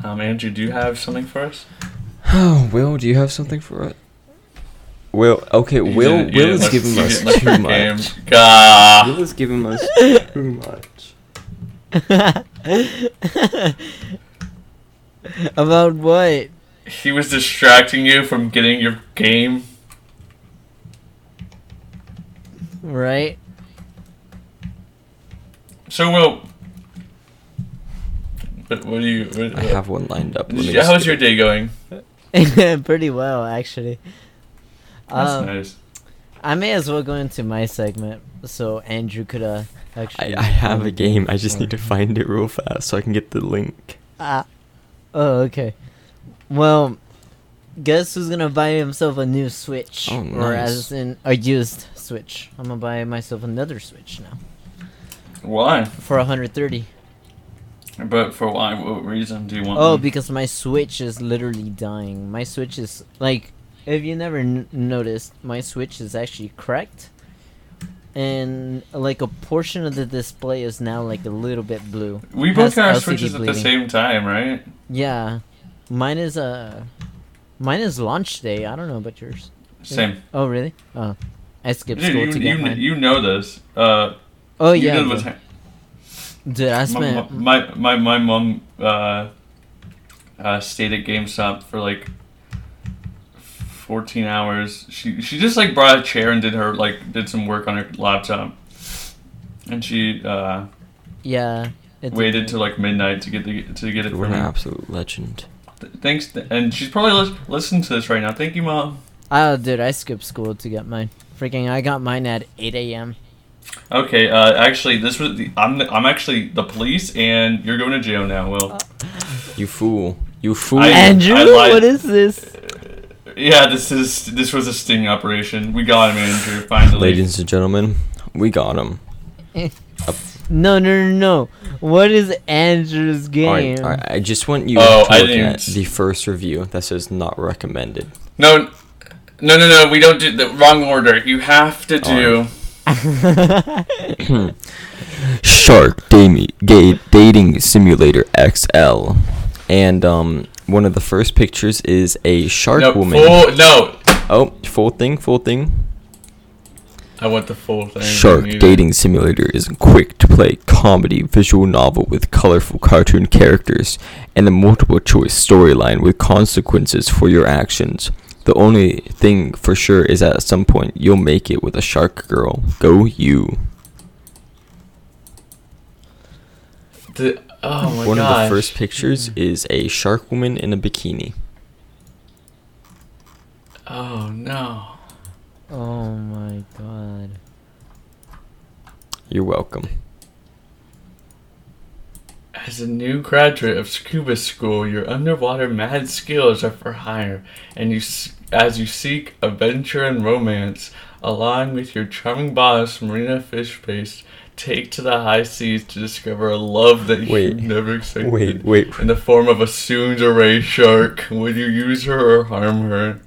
S1: Um, Andrew, do you have something for us?
S3: Oh, Will, do you have something for it? Will, okay,
S1: You
S3: Will,
S1: didn't- you
S3: Will
S1: didn't
S3: is
S1: look-
S3: giving
S1: [laughs] you
S3: us
S1: didn't look
S3: too
S1: for
S3: much.
S1: game. Gah.
S3: Will is
S1: [laughs]
S3: giving us too much.
S2: [laughs] About what?
S1: He was distracting you from getting your game.
S2: Right? [laughs]
S1: So, Will, what, what do you? What,
S3: I have one lined up. Let me
S1: How
S3: just
S1: was
S3: get
S1: your
S3: it.
S1: day going?
S2: Pretty well, actually.
S1: That's
S2: Um,
S1: nice.
S2: I may as well go into my segment so Andrew could uh, actually.
S3: I, I have a game. I just need to find it real fast so I can get the link.
S2: Ah. oh, okay. Well, guess who's gonna buy himself a new Switch?
S3: Oh,
S2: Or
S3: nice.
S2: as in a used Switch. I'm gonna buy myself another Switch now
S1: Why?
S2: for 130.
S1: But for why? What reason do you want?
S2: Oh,
S1: one?
S2: because my Switch is literally dying. My Switch is like, if you never n- noticed, my Switch is actually cracked, and like a portion of the display is now like a little bit blue.
S1: we
S2: It
S1: both
S2: has
S1: got our
S2: LCD
S1: switches at the
S2: bleeding.
S1: same time, right?
S2: Yeah, mine is uh, mine is launch day. I don't know about yours.
S1: Same.
S2: Oh really? Oh, I skipped
S1: Dude,
S2: school
S1: you,
S2: to
S1: you,
S2: get mine.
S1: you know this. Uh,
S2: oh
S1: you
S2: yeah,
S1: know what's
S2: dude.
S1: hap-
S2: dude. I
S1: my,
S2: spent.
S1: my my my mom uh, uh, stayed at GameStop for like fourteen hours. She she just like brought a chair and did her like did some work on her laptop, and she uh,
S2: Yeah. It's
S1: waited till like midnight to get the to get it for
S3: We're an
S1: me.
S3: absolute legend.
S1: Th- Thanks, th- and she's probably lis- listening to this right now. Thank you, mom.
S2: Oh, dude, I skipped school to get mine. Freaking, I got mine at 8 a.m.
S1: Okay, uh, actually, this was the, I'm the, I'm actually the police, and you're going to jail now. Will.
S3: You fool. You fool.
S1: I-
S2: Andrew,
S1: lied.
S2: what is this?
S1: yeah, this is this was a sting operation. We got him, Andrew. Finally.
S3: Ladies and gentlemen, we got him.
S2: No, no, no, no. What is Andrew's game?
S3: All right,
S2: [laughs]
S3: all right, I just want you
S1: Oh,
S3: to
S1: I
S3: look
S1: didn't
S3: at
S1: s-
S3: the first review that says not recommended.
S1: No, n- no, no, no. We don't do the wrong order. You have to do.
S3: Shark Dami- Gay Dating Simulator XL. And um, one of the first pictures is a shark
S1: no,
S3: woman.
S1: full. No,
S3: Oh, full thing, full thing.
S1: I want the full thing.
S3: Shark Dating Simulator is a quick to play comedy visual novel with colorful cartoon characters and a multiple choice storyline with consequences for your actions. The only thing for sure is that at some point you'll make it with a shark girl. Go you.
S1: The, oh my Mm.
S3: One of the first pictures is a shark woman in a bikini.
S1: Oh no.
S2: Oh my god.
S3: You're
S1: [laughs]
S3: welcome.
S1: As a new graduate of scuba school, your underwater mad skills are for hire, and you, s- as you seek adventure and romance, along with your charming boss Marina Fishpaste, take to the high seas to discover a love that you
S3: Wait.
S1: never expected.
S3: Wait, wait.
S1: In the form of a soon to raise shark, would you use her or harm her?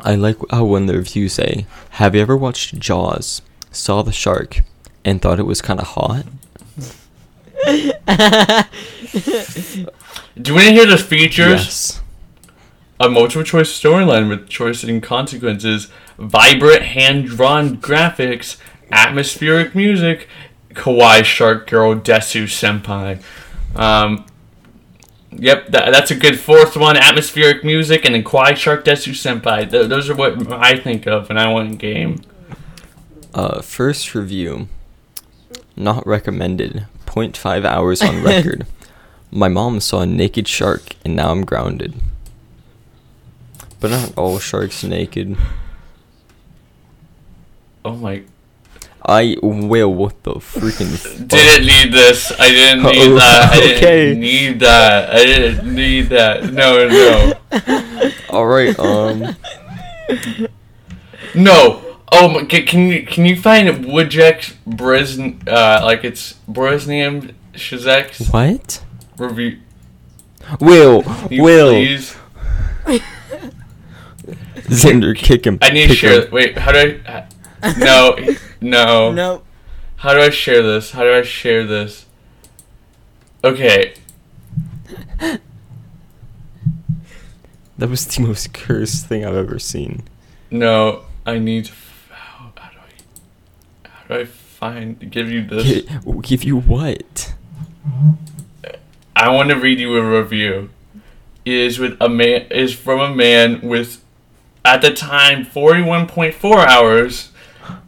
S3: I like how when the reviews say, "Have you ever watched Jaws? Saw the shark, and thought it was kind of hot."
S1: Do you want to hear the features?
S3: Yes.
S1: A multiple choice storyline with choice and consequences, vibrant hand drawn graphics, atmospheric music, Kawaii Shark Girl Desu Senpai. Um, yep, that, that's a good fourth one. Atmospheric music and then Kawaii Shark Desu Senpai. Th- those are what I think of when I want a game.
S3: Uh, first review. Not recommended. 0.5
S1: [laughs]
S3: hours on record. My mom saw a naked shark and now I'm grounded. But not all sharks naked.
S1: Oh my.
S3: I will. What the
S1: [laughs]
S3: freaking? fuck?
S1: Didn't need this. I didn't need
S3: Uh-oh.
S1: that. I didn't
S3: Oh. Okay.
S1: need that. I didn't need that. No, no.
S3: All right.
S1: [laughs]
S3: Um.
S1: No. Oh my! Can, can you can you find Woodjack's Brisn uh like it's Brosnian Shazak's
S3: What?
S1: review?
S3: Will.
S1: you
S3: Will.
S1: please?
S3: Xander, kick him.
S1: I need to
S3: kick
S1: share.
S3: him.
S1: Wait, how do I? uh, No, [laughs] no,
S2: Nope.
S1: How do I share this? How do I share this? Okay.
S3: That was the most cursed thing I've ever seen.
S1: No, I need. to f- How, how do I? How do I find? Give you this?
S3: Gi- Give you what?
S1: I want to read you a review. Is with a man is from a man with, at the time, forty one point four hours,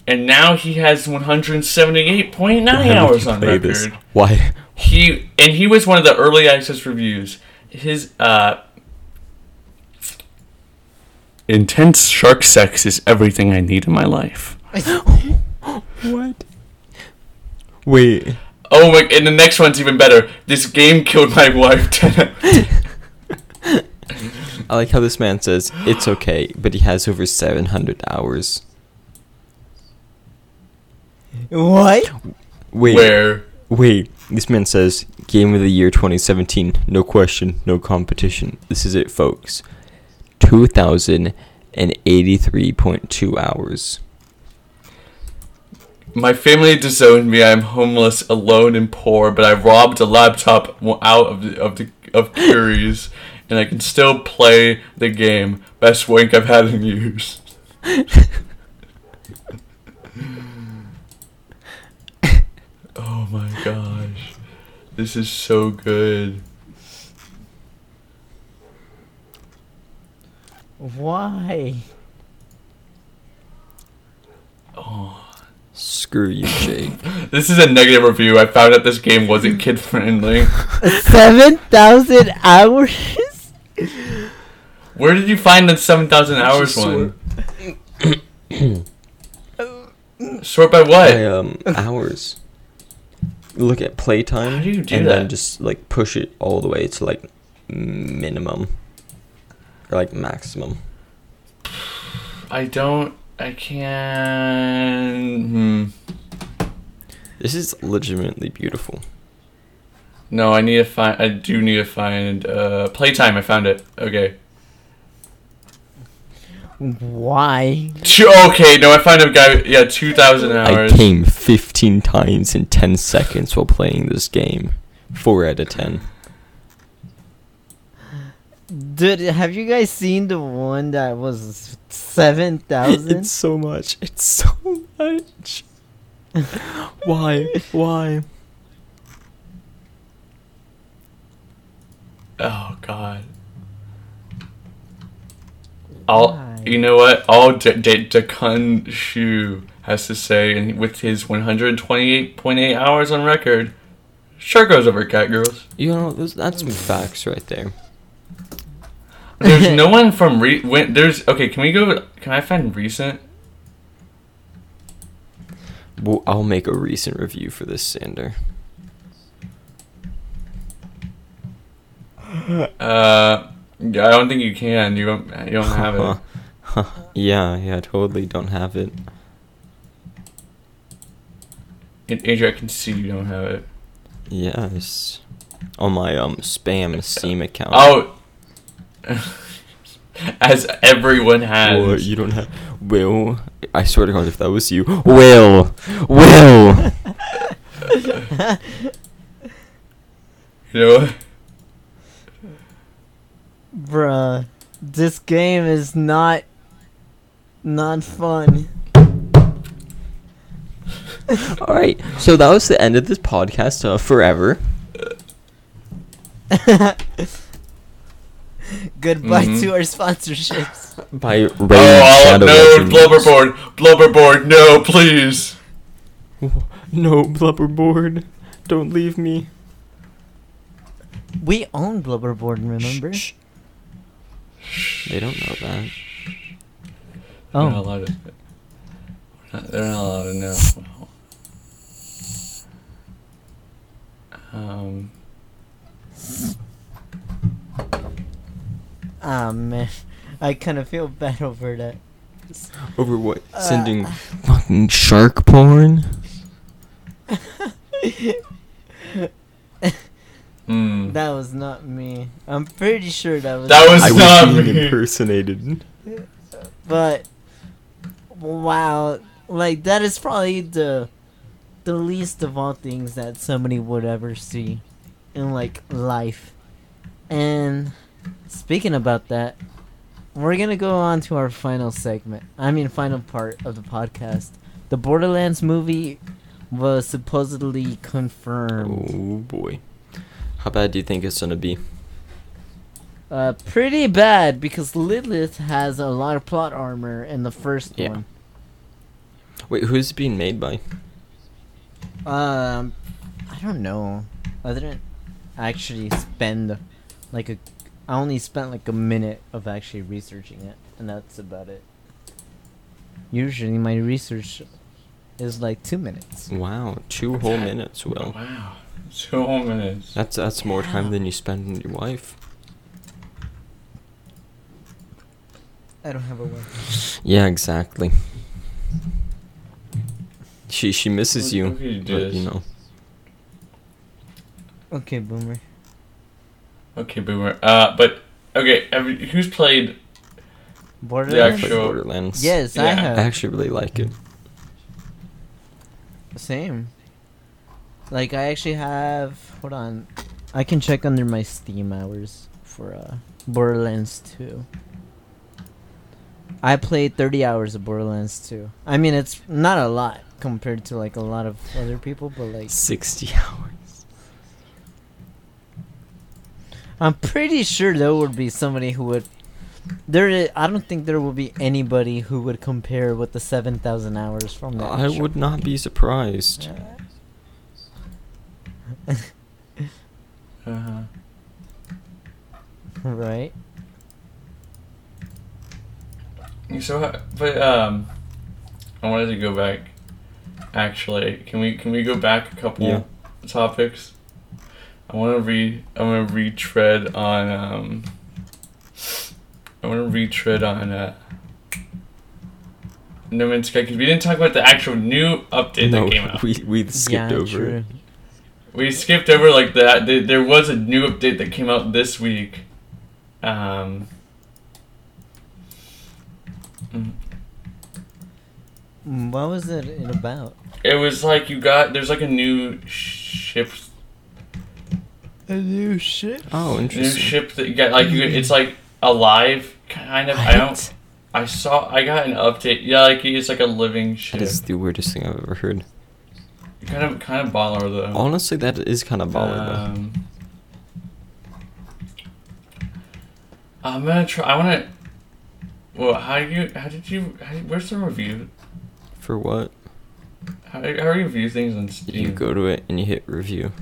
S1: and now he has one hundred seventy eight point nine
S3: Why would
S1: hours
S3: you
S1: on
S3: play
S1: record.
S3: this? Why? [laughs]
S1: He and he was one of the early access reviews. His uh. Intense shark sex is everything I need in my life.
S3: What? Wait.
S1: Oh my! And the next one's even better. This game killed my wife. [laughs]
S3: I like how this man says it's okay, but he has over 700 hours.
S2: What?
S3: Wait.
S1: Where?
S3: Wait, this man says game of the year 2017. No question, no competition. This is it, folks. 2083.2 hours.
S1: My family disowned me. I'm homeless, alone, and poor. But I robbed a laptop w- out of the, of the of Curie's, and I can still play the game. Best wink I've had in years. oh my gosh, this is so good.
S2: Why?
S3: Screw you, Jake.
S1: This is a negative review. I found out this game wasn't kid friendly.
S2: Seven thousand hours?
S1: Where did you find the seven thousand hours one? sort by [laughs] what?
S3: I, um, hours. Look at playtime.
S1: How do you do
S3: And
S1: that?
S3: then just, like, push it all the way to, like, minimum. Or, like, maximum.
S1: I don't. I can't. Hmm.
S3: This is legitimately beautiful.
S1: No, I need to find. I do need to find. Uh, playtime. I found it. Okay.
S2: Why?
S1: Two, okay. No, I found a guy. Yeah, two thousand hours.
S3: I came 15 times in 10 seconds while playing this game. 4 out of 10.
S2: Dude, have you guys seen the one that was seven thousand?
S3: It's so much. It's so [laughs] much. Why? Why?
S1: Oh God. All
S2: Why?
S1: you know what? All Dakun Shu has to say, and with his one hundred twenty-eight point eight hours on record, sure goes over cat girls.
S3: You know, those, that's some facts right there.
S1: There's no one from re. When, there's okay. Can we go? Can I find recent?
S3: Well, I'll make a recent review for this sander.
S1: Uh, yeah, I don't think you can. You don't. You don't have
S3: [laughs]
S1: [laughs] it.
S3: yeah, yeah, I totally don't have it.
S1: And Andrew, I can see you don't have it.
S3: Yes. On my um spam Steam account.
S1: Oh. [laughs] As everyone has.
S3: Well, you don't have Will. I swear to God, if that was you, Will, Will.
S1: You know. what?
S2: [laughs] Bruh. This game is not not fun.
S3: All right. So that was the end of this podcast uh, forever.
S2: [laughs] Goodbye
S1: Mhm.
S2: to our sponsorships.
S3: By Raid
S1: oh, I'll-
S3: Shadow
S1: no,
S3: Legends.
S1: blubberboard, blubberboard, no, please.
S3: No, Blubberboard. Don't leave me.
S2: We own Blubberboard, remember?
S3: Shh, shh. They don't know that.
S1: They're not
S2: Oh,
S1: allowed to. They're not, they're not allowed to know. Um,
S2: ah man, I kind of feel bad over that.
S3: Over what?
S2: Uh,
S3: Sending fucking shark porn?
S1: hmm.
S2: That was not me. I'm pretty sure that was.
S1: That was
S3: I
S1: not
S3: was being
S1: me.
S3: impersonated.
S2: But wow, like that is probably the the least of all things that somebody would ever see in like life. And speaking about that, we're gonna go on to our final segment. I mean, final part of the podcast. The Borderlands movie was supposedly confirmed.
S3: Oh boy. How bad do you think it's gonna be?
S2: Uh, pretty bad because Lilith has a lot of plot armor in the first
S3: Yeah.
S2: one.
S3: Wait, who's it being made by?
S2: Um, I don't know. I didn't actually spend like a. I only spent like a minute of actually researching it, and that's about it. Usually, my research is like two minutes.
S3: Wow, two whole minutes, Will.
S1: Oh, Wow, two whole minutes.
S3: That's that's more time than you spend on your wife.
S2: I don't have a wife.
S3: Yeah, exactly. She she misses
S1: Look-
S3: you,
S1: look at you
S3: but you
S1: just-
S3: know.
S2: Okay, boomer.
S1: Okay, boomer. Uh, but okay, have you- who's played?
S2: Borderlands.
S1: actual-
S3: But
S1: Sure.
S3: Borderlands.
S2: Yes, I
S1: Yeah.
S3: I
S2: have.
S3: actually really like it.
S2: Same. Like I actually have. Hold on, I can check under my Steam hours for uh, Borderlands Two. I played thirty hours of Borderlands Two. I mean, it's not a lot compared to like a lot of other people, but like
S3: Sixty hours.
S2: I'm pretty sure there would be somebody who would. There, is, I don't think there will be anybody who would compare with the seven thousand hours from that.
S3: [laughs] I
S2: show.
S3: would not be surprised.
S1: Uh-huh.
S2: right.
S1: So, uh, but um, I wanted to go back. Actually, can we can we go back a couple
S3: Yeah.
S1: topics? I want to re I want to retread on um. I want to retread on uh. No Man's Sky because we didn't talk about the actual new update
S3: no,
S1: that
S3: [laughs]
S1: came out. We,
S3: we we skipped
S2: Yeah,
S3: over. it.
S2: true.
S1: skipped over like that. There, there was a new update that came out this week. Um. mm.
S2: Mm, What was it it about?
S1: It was like you got there's like a new ship,
S2: A new ship.
S3: Oh,
S1: new
S3: interesting.
S1: ship that you got like you, it's like alive kind of. I don't. I saw I got an update. Yeah, like it's like a living ship.
S3: That is the weirdest thing I've ever heard.
S1: Kind of kind of baller though.
S3: Honestly, that is kind of baller though.
S1: Um, I'm gonna try. I wanna. Well, how do you? How did you? How, where's the review?
S3: For what?
S1: How, how do you review things on Steam?
S3: You go to it and you hit review.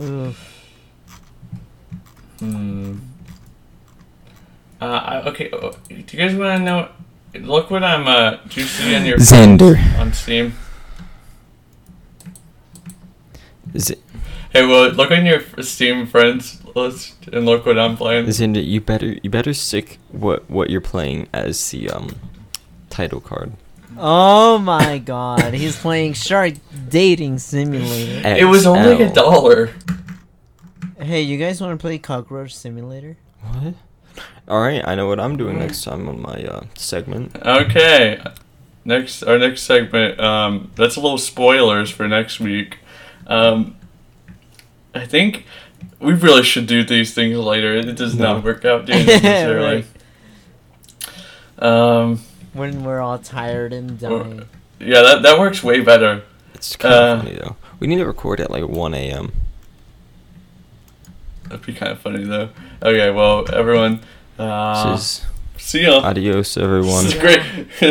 S2: Ugh.
S1: Hmm. Uh, I, okay. uh, Do you guys want to know? Look what I'm uh juicy on your
S3: Xander.
S1: on Steam.
S3: Z-
S1: Hey, well, look on your Steam friends list and look what I'm playing.
S3: Zinda, you better you better stick what what you're playing as the um title card.
S2: Oh my god, he's playing Shark Dating Simulator.
S1: It was only like a
S3: XL.
S1: dollar.
S2: Hey, you guys want to play Cockroach Simulator?
S3: What? All right, I know what I'm doing next time on my uh, segment.
S1: Okay. Next, our next segment. Um, that's a little spoilers for next week. Um, I think we really should do these things later. It does
S3: No. [laughs]
S1: not work out doing this in our
S2: Right.
S1: life. Um,
S2: when we're all tired and dying.
S1: yeah, that, that works way better.
S3: It's kind of
S1: Uh,
S3: funny though. We need to record at like 1 a.m.
S1: That'd be kind of funny though. Okay, well, everyone, uh,
S3: This is
S1: see ya.
S3: adios, everyone.
S1: This is great. [laughs]